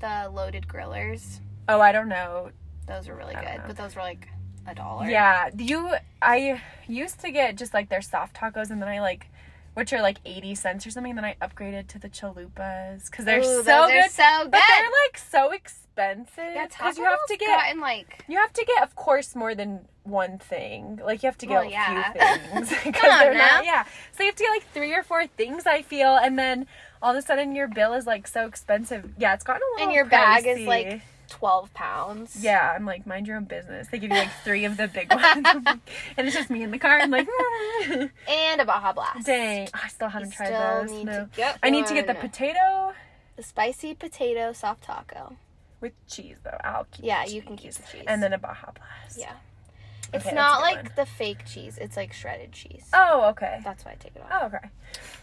The loaded grillers.
Oh, I don't know.
Those were really
I don't
good,
know.
but those were like a dollar.
Yeah, you. I used to get just like their soft tacos, and then I like, which are like eighty cents or something. Then I upgraded to the chalupas because they're
Ooh,
so
those
good.
are so good.
but they're like so expensive
yeah,
because
Taco
you have to
Bell's
get
gotten like
You have to get, of course, more than one thing. Like you have to get
Well,
a
yeah.
few things. [laughs] 'Cause
Come on
they're
now.
yeah. So you have to get like three or four things. I feel, and then all of a sudden your bill is like so expensive. Yeah, it's gotten a little.
and your bag
pricey.
is like twelve pounds.
Yeah, I'm like, mind your own business. They give you like three of the big [laughs] ones, and it's just me in the car. I'm like, [laughs]
And a Baja Blast.
dang, I still haven't
You
tried
still
those.
need
no,
to get
I need to get the
one.
potato
The spicy potato soft taco.
with cheese though. I'll keep.
Yeah,
the
you can keep the cheese.
And then a Baja Blast.
Yeah.
that's
It's
a
not
good
like
one.
the fake cheese. It's like shredded cheese.
Oh, okay.
That's why I take it off.
Oh, okay.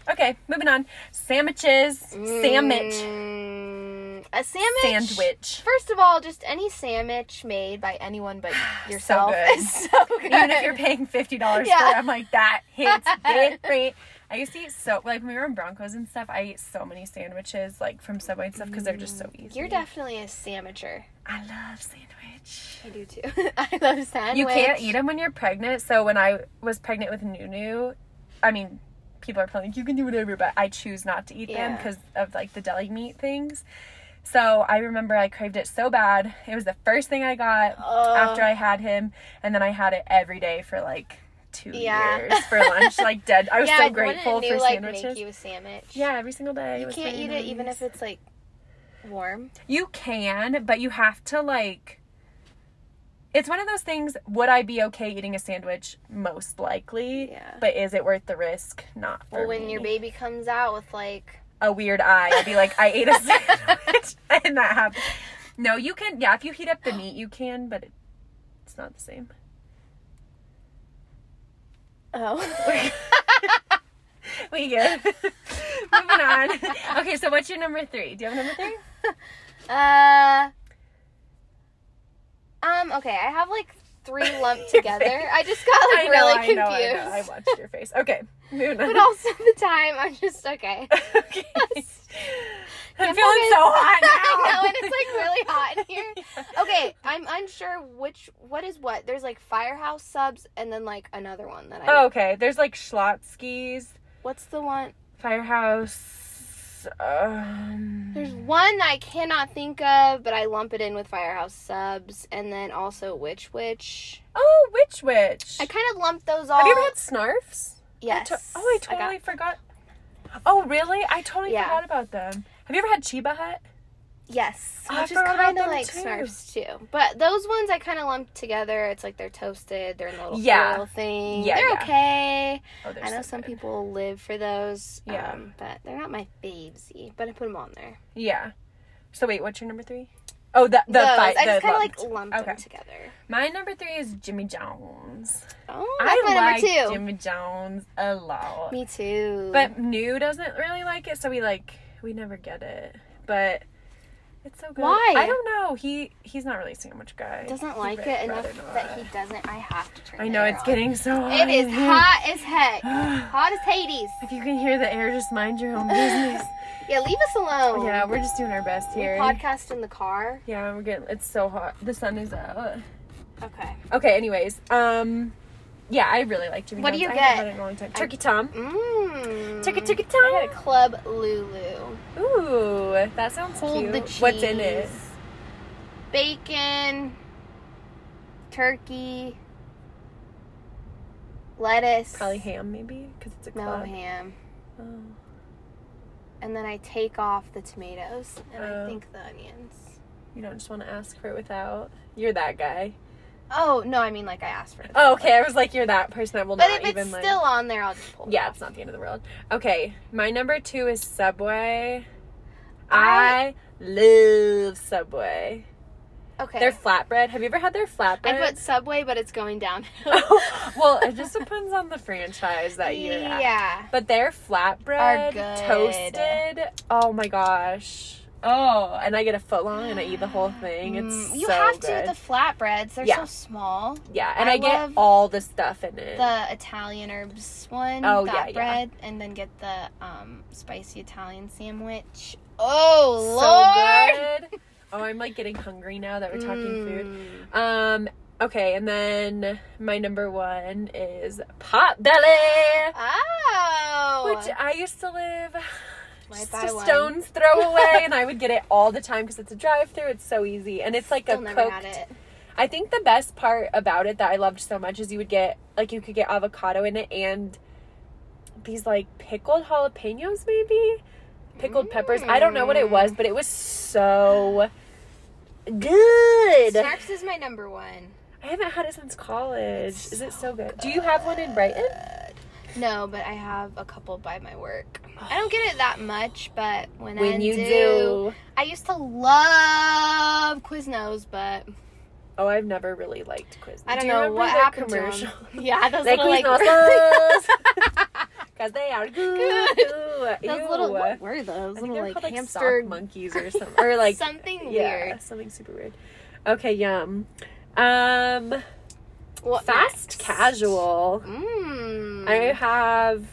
Okay, moving on. Sandwiches. Oh, Sandwich.
Mm, a sandwich. [laughs]
Sandwich.
First of all, just any sandwich made by anyone
[sighs]
but yourself
good.
is so good.
Even if you're paying fifty dollars for it,
Yeah.
I'm like that
[laughs]
hits different. I used to eat so like when we were in Broncos and stuff. I ate so many sandwiches like from Subway and stuff because they're just so easy.
Mm, You're definitely a sandwicher.
I love sandwich.
I do too. [laughs] I love sandwich.
You can't eat them when you're pregnant. So when I was pregnant with Nunu, I mean, people are probably like, you can do whatever, but I choose not to eat them
Yeah.
because of like the deli meat things. So I remember I craved it so bad. It was the first thing I got
Ugh.
after I had him, and then I had it every day for like two
Yeah.
years for lunch. Like dead. I was
yeah,
so
I'd want
grateful
a new,
for
like,
sandwiches.
Make you a sandwich.
Yeah, every single day.
You
was
can't
very
eat it even
nice.
if it's like warm.
You can, but you have to like. It's one of those things. Would I be okay eating a sandwich? Most likely.
Yeah.
But is it worth the risk? Not for
Well, when your
me.
baby comes out with like
a weird eye, I'd be like, I ate a [laughs] sandwich, [laughs] and that happened. No, you can. Yeah, if you heat up the meat, you can, but it, it's not
[laughs]
the same. [laughs]
oh
We good. [laughs] Moving on. Okay, so what's your number three? Do you have a number three?
[laughs] uh um okay, I have like three
[laughs]
lumped
Your
together.
face.
I just got like really confused.
I know, I know. I watched your face. Okay, moving
[laughs]
on.
But also at the time, I'm just okay.
[laughs] okay. I'm
Can't
feeling so
focus.
hot now.
[laughs] I know, and it's like really hot in
[laughs]
here. Okay, I'm unsure which what is what. There's like firehouse subs, and then like another one that I.
Oh, okay. There's like Schlotsky's,
What's the one?
Firehouse. Um,
There's one that I cannot think of, but I lump it in with firehouse subs, and then also witch witch.
oh, Witch Witch.
I kind of lump those all.
Have you ever had Snarfs? I
yes.
to- oh, I
got-
totally forgot. Oh, really? I totally
Yeah.
forgot about them. Have you ever had Chiba Hut?
yes,
I
which is
forgot about
kind of
them
like
too.
Snarfs too, but those ones I kind of lump together. It's like they're toasted, they're in the little
Yeah.
foil thing.
Yeah,
they're
yeah.
okay.
Oh, they're
I know
so
some
good.
people live for those.
Yeah.
Um, but they're not my favesy. But I put them on there.
Yeah. So wait, what's your number three? Oh, the the
those,
five.
I just
the
kind of like
lumped.
lumped them
Okay.
together.
My number three is Jimmy Jones.
Oh, that's
I
my
like
number two.
Jimmy Jones a lot.
Me too.
But New doesn't really like it, so we like we never get it. But it's so good.
Why?
I don't know. He he's not really a sandwich guy.
doesn't
He'd
like
ra-
it enough
rather
that
not.
he doesn't. I have to turn.
I
the
know
air
it's
on.
getting so hot.
It is
in here.
hot as
[gasps]
heck. hot as
[laughs]
Hades.
If you can hear the air, just mind your
[laughs]
own business.
Yeah, leave us alone.
yeah, we're just doing our best
we
here.
Oh. podcast in the car.
yeah, we're getting. It's so hot. The sun is out.
Okay.
Okay. Anyways, um, yeah, I really like Jimmy.
What do
John's.
you
I haven't
get?
had it in a long time. Turkey Tom.
Mmm.
Turkey Turkey
I
Tom.
got a Club Lulu.
Ooh, that sounds
Hold
cute.
the cheese.
What's in it?
Bacon, turkey, lettuce.
Probably ham, maybe, because it's a
No
club.
ham.
Oh.
And then I take off the tomatoes and I
Oh.
think the onions.
You don't just want to ask for it without. You're that guy.
Oh no, I mean like I asked for it.
Oh, okay. I was like, you're that person that will
But
not
if
even
it's
like.
still on there, I'll just pull. it
Yeah,
off.
it's not the end of the world. Okay, my number two is Subway. I,
I-
love Subway.
Okay.
Their flatbread. Have you ever had their
I
flatbread? [laughs]
put Subway, but it's going down.
well, it just depends on the franchise that you're at.
yeah.
But their
Are
flatbread,
good.
toasted. Oh my gosh. Oh, and I get a foot long and I eat the whole thing. It's
Mm, you
so
have to
good.
with the flatbreads. They're
Yeah.
so small.
yeah, and
I
I, get
love
all the stuff in it.
The Italian herbs one,
Oh,
that
yeah, yeah.
bread, and then get the um, spicy Italian sandwich. Oh
so
lord!
good. Oh, I'm like getting hungry now that we're talking food.
Mm.
Um. Okay, and then my number one is Potbelly,
Oh,
which I used to live
Might
just
buy
a
one.
stone's throw away, and I would get it all the time because it's a drive-through. It's so easy, and it's like
still
a
never
cooked.
had it.
I think the best part about it that I loved so much is you would get like you could get avocado in it and these like pickled jalapenos maybe pickled peppers. I don't know what it was, but it was so good.
Snarps is my number one.
I haven't had it since college. Is it so good? Do you have one in Brighton?
No, but I have a couple by my work. I don't get it that much, but when, I
When you do.
I used to love Quiznos, but
Oh, I've never really liked Quiznos.
I don't
Do you
know
remember
what
that
happened
Commercial.
to them. [laughs] Yeah, those
They
little like
Quiznos
[laughs]
[laughs] Because they are good.
those
Ew.
little what were those
I think
little
they're
like
called, like, sock
hamster [laughs]
monkeys or something, or like
something
yeah,
weird.
something super weird. Okay, yum. Um,
What
fast
next?
casual.
Mm.
I have.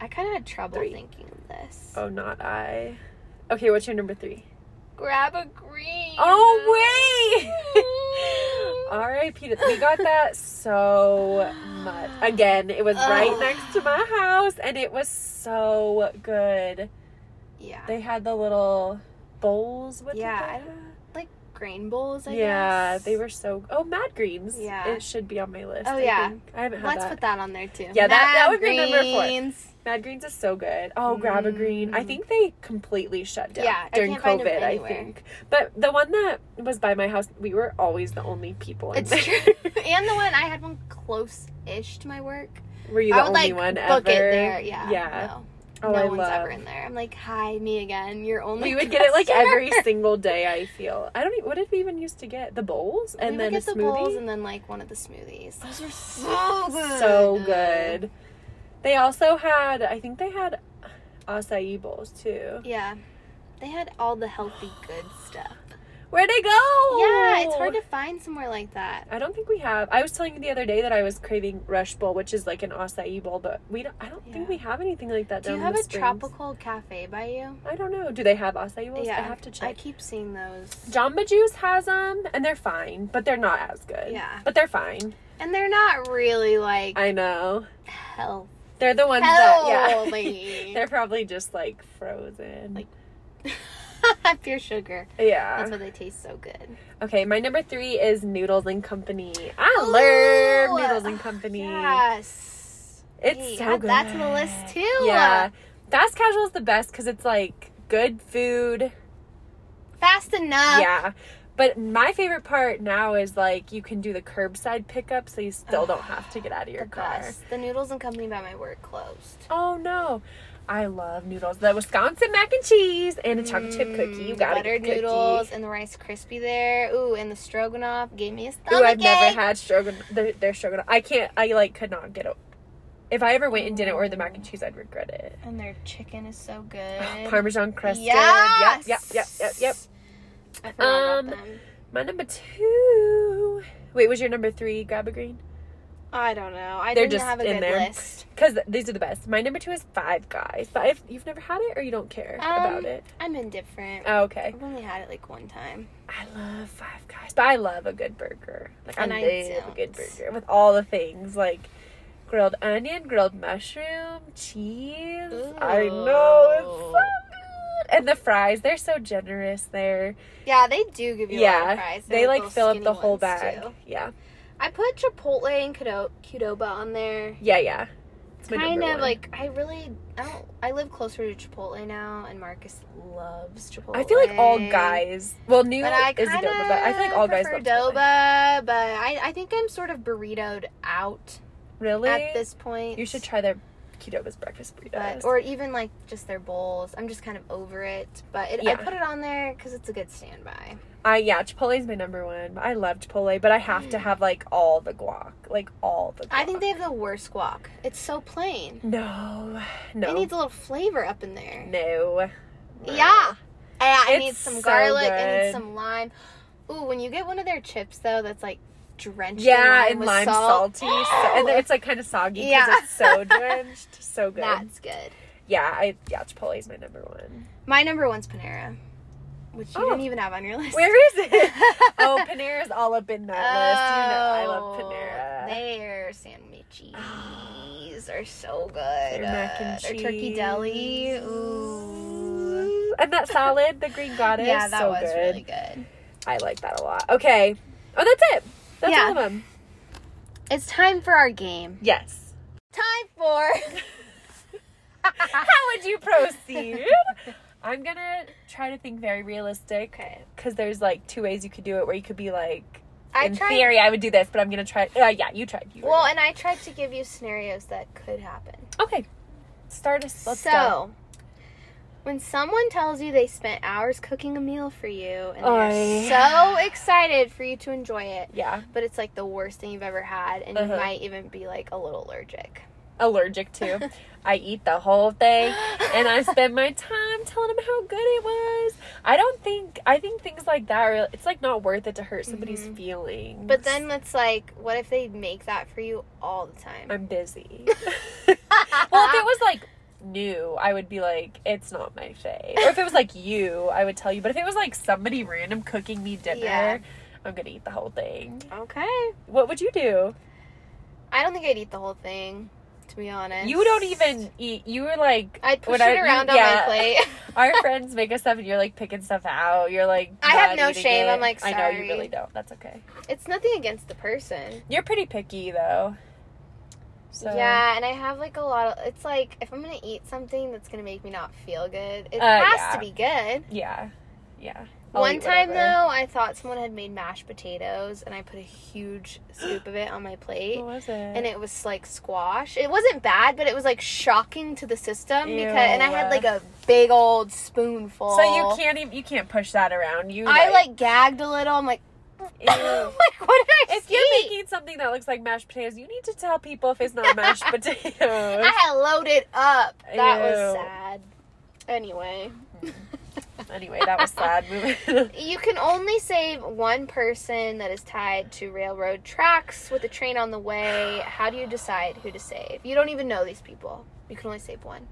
I kind of had trouble
Three.
thinking of this.
Oh, not I. Okay, what's your number three?
Grab a green. [laughs]
Oh wait. [laughs] R.I.P. to- We got that so much. Again, it was right
Ugh.
next to my house, and it was so good.
yeah.
They had the little bowls with
Yeah,
it.
I don't- like grain bowls, I
yeah,
guess.
they were so. Oh, Mad Greens.
Yeah.
it should be on my list.
Oh,
I
yeah.
think. I haven't had
Let's
that.
put that on there too.
Yeah, that- that
Mad
would be number four.
greens.
Mad Greens is so good. Oh, grab a green. I think they completely shut down
Mm. Yeah, I
during
can't find 'em
COVID, I
anywhere.
think. But the one that was by my house, we were always the only people in [laughs]
It's
there.
true. and the one I had one close-ish to my work.
Were you the
I would
only
like
one ever?
book it there. Yeah.
Yeah.
No,
Oh,
no
I
one's
love.
ever in there. I'm like, hi, me again. You're only.
We
[laughs]
would get it like
customer."
every single day. I feel. I don't. Even, what did we even used to get? The bowls
we
and then
would get
a
the
smoothie.
bowls and then like one of the smoothies. Those were so good.
so good. They also had. I think they had acai bowls too.
Yeah, they had all the healthy good stuff.
Where'd they go?
Yeah, it's hard to find somewhere like that.
I don't think we have. I was telling you the other day that I was craving Rush Bowl, which is like an acai bowl, but we don't, I don't think
Yeah.
we have anything like that
Do
down
you
in
have
the
a
Springs.
tropical cafe by you?
I don't know. Do they have acai bowls?
yeah,
I have to check.
I keep seeing those,
Jamba Juice has them, and they're fine, but they're not as good.
Yeah.
But they're fine.
and they're not really like
I know.
health. [laughs]
They're the ones that, yeah.
Healthy.
[laughs] they're probably just like frozen.
Like- Pure sugar.
yeah.
That's why they taste so good.
okay, my number three is Noodles and Company. I love
Ooh.
Noodles and Company.
Yes.
It's
Hey,
so
add
good.
that to the list, too.
Yeah, fast casual is the best because it's like good food.
Fast enough.
yeah, but my favorite part now is like you can do the curbside pickup, so you still don't have to
[sighs]
get out of
The
your car.
best. The noodles and company by my work closed.
Oh no, I love noodles. The Wisconsin mac and cheese and a chocolate chip cookie. You
Mm,
gotta
buttered
get a cookie.
noodles and the rice crispy there. Ooh, and the stroganoff gave me a
Ooh,
stomach
I've never had stroganoff. Their, their stroganoff. I can't. I like could not get it. If I ever went and didn't order the mac and cheese, I'd regret it.
And their chicken is
[gasps]
so good.
Parmesan crusted.
Yes.
Yep. Yep. Yep. Yep. Yep.
I forgot
Um,
about them.
My number two. Wait, was your number three grab a green?
I don't know. I
they're
didn't
just
have a
in
good
there.
list.
Because these are the best. My number two is Five Guys. But if you've never had it or you don't care
Um,
about it.
I'm indifferent.
Oh, okay.
I've only had it like one time.
I love Five Guys. But I love a good burger. Like,
And
I
I
love a good
don't.
burger with all the things like grilled onion, grilled mushroom, cheese. I know. It's so
Ooh.
good. And the fries, they're so generous there.
Yeah, they do give you a lot
yeah.
of fries. They're
They like
little
fill up
skinny
the whole
ones,
bag.
too.
Yeah.
I put Chipotle and Qdo- Qdoba on there.
Yeah, yeah. It's my
Kind
number
of
one.
like I really I don't I live closer to Chipotle now, and Marcus loves Chipotle.
I feel like all guys. Well, new
But I
is
kind of
Adoba, but I feel like all guys love Chipotle.
Doba, but I, I think I'm sort of burritoed out
Really?
at this point.
you should try their Qdoba's breakfast burritos.
but, or even like just their bowls. I'm just kind of over it, but it,
Yeah.
I put it on there because it's a good standby.
I yeah, Chipotle's my number one. I love Chipotle, but I have to have like all the guac, like all the. Guac.
Mm. I think they have the worst guac. It's so plain.
No, no,
It needs a little flavor up in there.
no.
Yeah. I, I
It's
need some
so
garlic. I
good.
need some lime. Ooh, when you get one of their chips though, that's like drenched.
Yeah,
in lime
and
with
lime
salt.
salty, so,
[gasps]
and then it's like kind of soggy because
Yeah. [laughs]
it's so drenched, so good.
That's good.
Yeah, I yeah, Chipotle's my number one.
My number one's Panera, which you
Oh.
didn't even have on your list.
Where is
[laughs]
it? oh, Panera's all up in that list. You know, I
Oh,
love Panera.
Their sandwiches are so good.
Their mac and
Uh, Their turkey deli. Ooh.
And that salad, the green goddess,
yeah, that
so
was
good.
really good.
I like that a lot. Okay. Oh, that's it. That's
Yeah.
all of them.
It's time for our game.
Yes.
Time for.
[laughs] How would you proceed? [laughs] I'm gonna try to think very realistic.
Okay.
Because there's like two ways you could do it, where you could be like,
I
in
tried
theory, I would do this, but I'm gonna try. Uh, yeah, you tried. You were
Well, and I tried to give you scenarios that could happen.
right. okay. Start us. Let's
so,
go.
when someone tells you they spent hours cooking a meal for you and
Oh,
they're
yeah.
so excited for you to enjoy it,
Yeah.
but it's like the worst thing you've ever had, and
Uh-huh.
you might even be like a little allergic.
Allergic to. I eat the whole thing, and I spend my time telling them how good it was. I don't think. I think things like that are. It's like not worth it to hurt somebody's feelings.
Mm-hmm. But then it's like, what if they make that for you all the time?
I'm [laughs] busy.
[laughs]
well, if it was like new, I would be like, it's not my fave. Or if it was like you, I would tell you. But if it was like somebody random cooking me dinner,
Yeah.
I'm gonna eat the whole thing.
[laughs] okay.
What would you do?
I don't think I'd eat the whole thing. to be honest.
You don't even eat. You were like
I push
when
it
you-
around on
yeah.
my plate. [laughs]
Our friends make us stuff, and you're like picking stuff out. You're like,
I have
not
no
eating
shame.
it.
I'm like,
I know you
sorry.
really don't. That's okay.
it's nothing against the person.
You're pretty picky though. So
Yeah, and I have like a lot of. It's like if I'm gonna eat something that's gonna make me not feel good, it
Uh,
has
yeah.
to be good.
yeah, yeah.
One time though, I thought someone had made mashed potatoes, and I put a huge scoop of it on my plate.
what was it?
and it was like squash. It wasn't bad, but it was like shocking to the system because and I had
Ew.
like a big old spoonful.
so you can't even you can't push that around. You
I like gagged a little. I'm like, [laughs] [coughs]
Ew.
like what did I
If you're
see?
making something that looks like mashed potatoes, you need to tell people if it's not
[laughs]
mashed potatoes.
I had loaded up. That was
Ew.
sad. Anyway,
anyway, that was sad.
[laughs]
Moving-
you can only save one person that is tied to railroad tracks with a train on the way. How do you decide who to save? You don't even know these people. You can only save one.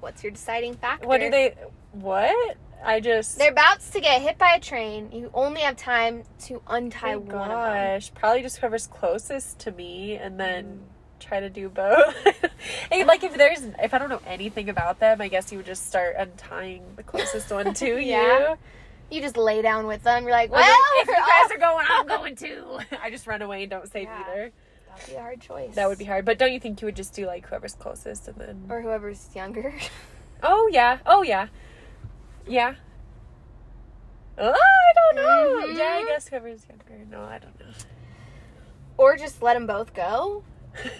What's your deciding factor?
what do they? What? I just.
They're about to get hit by a train. You only have time to untie
Oh
one of them.
gosh, probably just whoever's closest to me, and then
Mm.
try to do both. [laughs] and like if there's, if I don't know anything about them, I guess you would just start untying the
[laughs]
closest one to
Yeah.
you.
You just lay down with them. You're like,
I'm like,
well,
if you guys are going, I'm going too. [laughs] I just run away and don't save
Yeah.
either.
[laughs] that'd be a hard choice.
That would be hard. But don't you think you would just do like whoever's closest, and then?
or whoever's younger. [laughs]
Oh yeah. Oh yeah. Yeah. Oh, I don't know.
Mhm.
Yeah, I guess whoever's younger. No, I don't know. [laughs]
or just let them both go.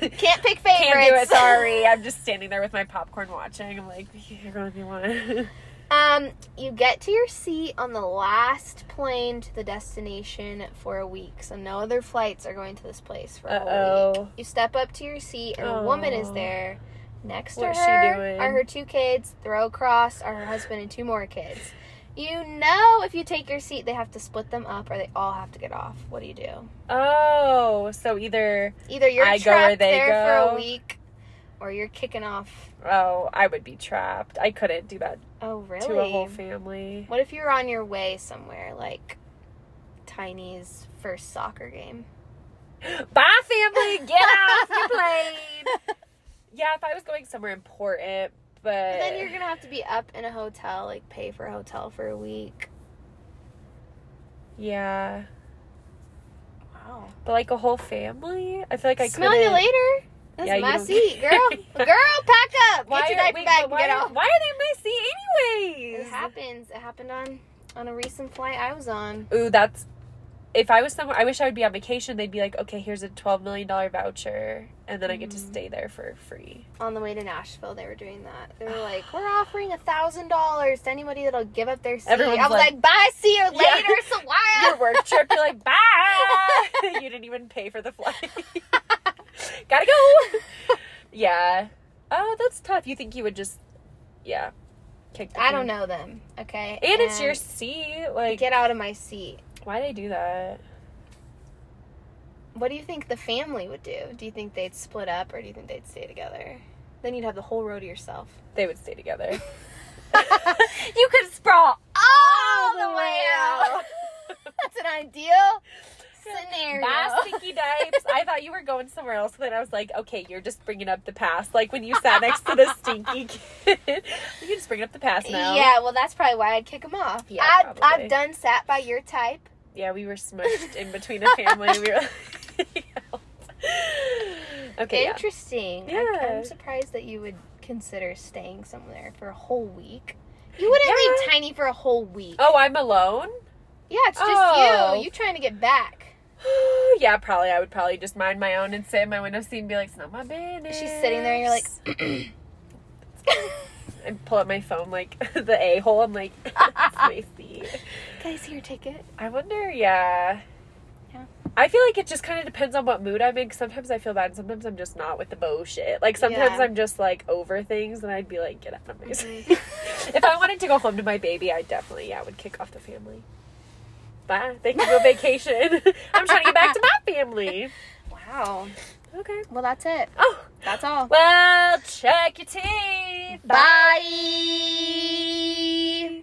Can't pick favorites.
Can't do
[laughs]
it. Sorry, I'm just standing there with my popcorn watching. I'm like, you're going to be one. [laughs]
Um, you get to your seat on the last plane to the destination for a week, so no other flights are going to this place for
Uh
a week.
oh.
You step up to your seat, and a woman is
Oh.
there. Next to
What's she
her
doing?
are her two kids. Throw across are her husband and two more kids. You know, if you take your seat, they have to split them up, or they all have to get off. What do you do?
Oh, so either
Either you're
I go or
trapped
they
there for
go.
a week, or you're kicking off.
oh, I would be trapped. I couldn't do that
Oh, really?
to a whole family. [gasps]
What if you were on your way somewhere, like Tiny's first soccer game?
Bye, family. Get off the plane.
[laughs]
Yeah, if I was going somewhere important, but
But then you're gonna have to be up in a hotel, like pay for a hotel for a week.
yeah,
Wow.
but like a whole family, I feel like I
Smell
couldn't.
you later. That's
Yeah, you
my
don't-
seat, girl.
[laughs]
[laughs] girl, pack up.
Why
Get your
are-
diaper
wait,
bag
but
and
why
get
are-
off.
Why are they in my seat
It
anyways?
happens. It happened on on a recent flight I was on.
Ooh, that's. If I was somewhere, I wish I would be on vacation. They'd be like, okay, here's a twelve million dollar voucher, and then I get to
Mhm.
stay there for free.
On the way to Nashville, they were doing that. They were
[sighs]
like, "We're offering a thousand dollars to anybody that'll give up their seat."
Everyone's
I was
like-
like, "Bye, see you later,
[laughs] Yeah.
so why?"
Your work
[laughs]
[laughs] trip, you're like, bye. [laughs] you didn't even pay for the flight. [laughs] Gotta go.
[laughs]
Yeah. Oh, that's tough. You think you would just, yeah, kick? The
I don't
can-
know them. Okay.
Mm. And, it's your seat. Like,
get out of my seat.
why they do that?
What do you think the family would do? Do you think they'd split up or do you think they'd stay together? Then you'd have the whole row to
[laughs]
yourself.
They would
[laughs]
stay together. [laughs]
All
you could sprawl
the way out. [laughs]
[laughs]
That's an ideal scenario.
My
[laughs]
stinky dipes. I thought you were going somewhere else. Then I was like, okay, you're just bringing up the past. Like when you sat next to the stinky kid, [laughs] you just bring up the past now.
Yeah, well, that's probably why I'd kick him off.
Yeah,
I've,
probably.
I've done sat by your type.
Yeah, we were smushed in between a family. We were. [laughs] okay. Yeah.
Interesting. I'm-
Yeah.
I'm, surprised that you would consider staying somewhere for a whole
[laughs]
week. You wouldn't
Yeah.
leave Tiny for a whole week.
Oh, I'm alone. [gasps]
Yeah, it's just
Oh.
you. You trying to get back.
yeah, probably. I would probably just mind my own and sit in my window seat and be like, "It's not my business."
She's sitting there, you're like, [clears throat]
and pull up my phone, like [laughs] the a hole. I'm like, [laughs] "It's my seat."
Can I see your ticket?
I wonder, yeah.
Yeah.
I feel like it just kind of depends on what mood I'm in. 'cause sometimes I feel bad, and sometimes I'm just not with the bullshit. Like sometimes
Yeah. Mm-hmm.
I'm just like over things, and I'd be like, "Get out of my seat." [laughs] if I wanted to go home to my baby, I definitely, yeah, would kick off the family. Bye. They can go vacation. [laughs] I'm trying to get back to my family.
[laughs] Wow.
Okay.
Well, that's it.
Oh.
That's all.
Well, check your teeth.
Bye.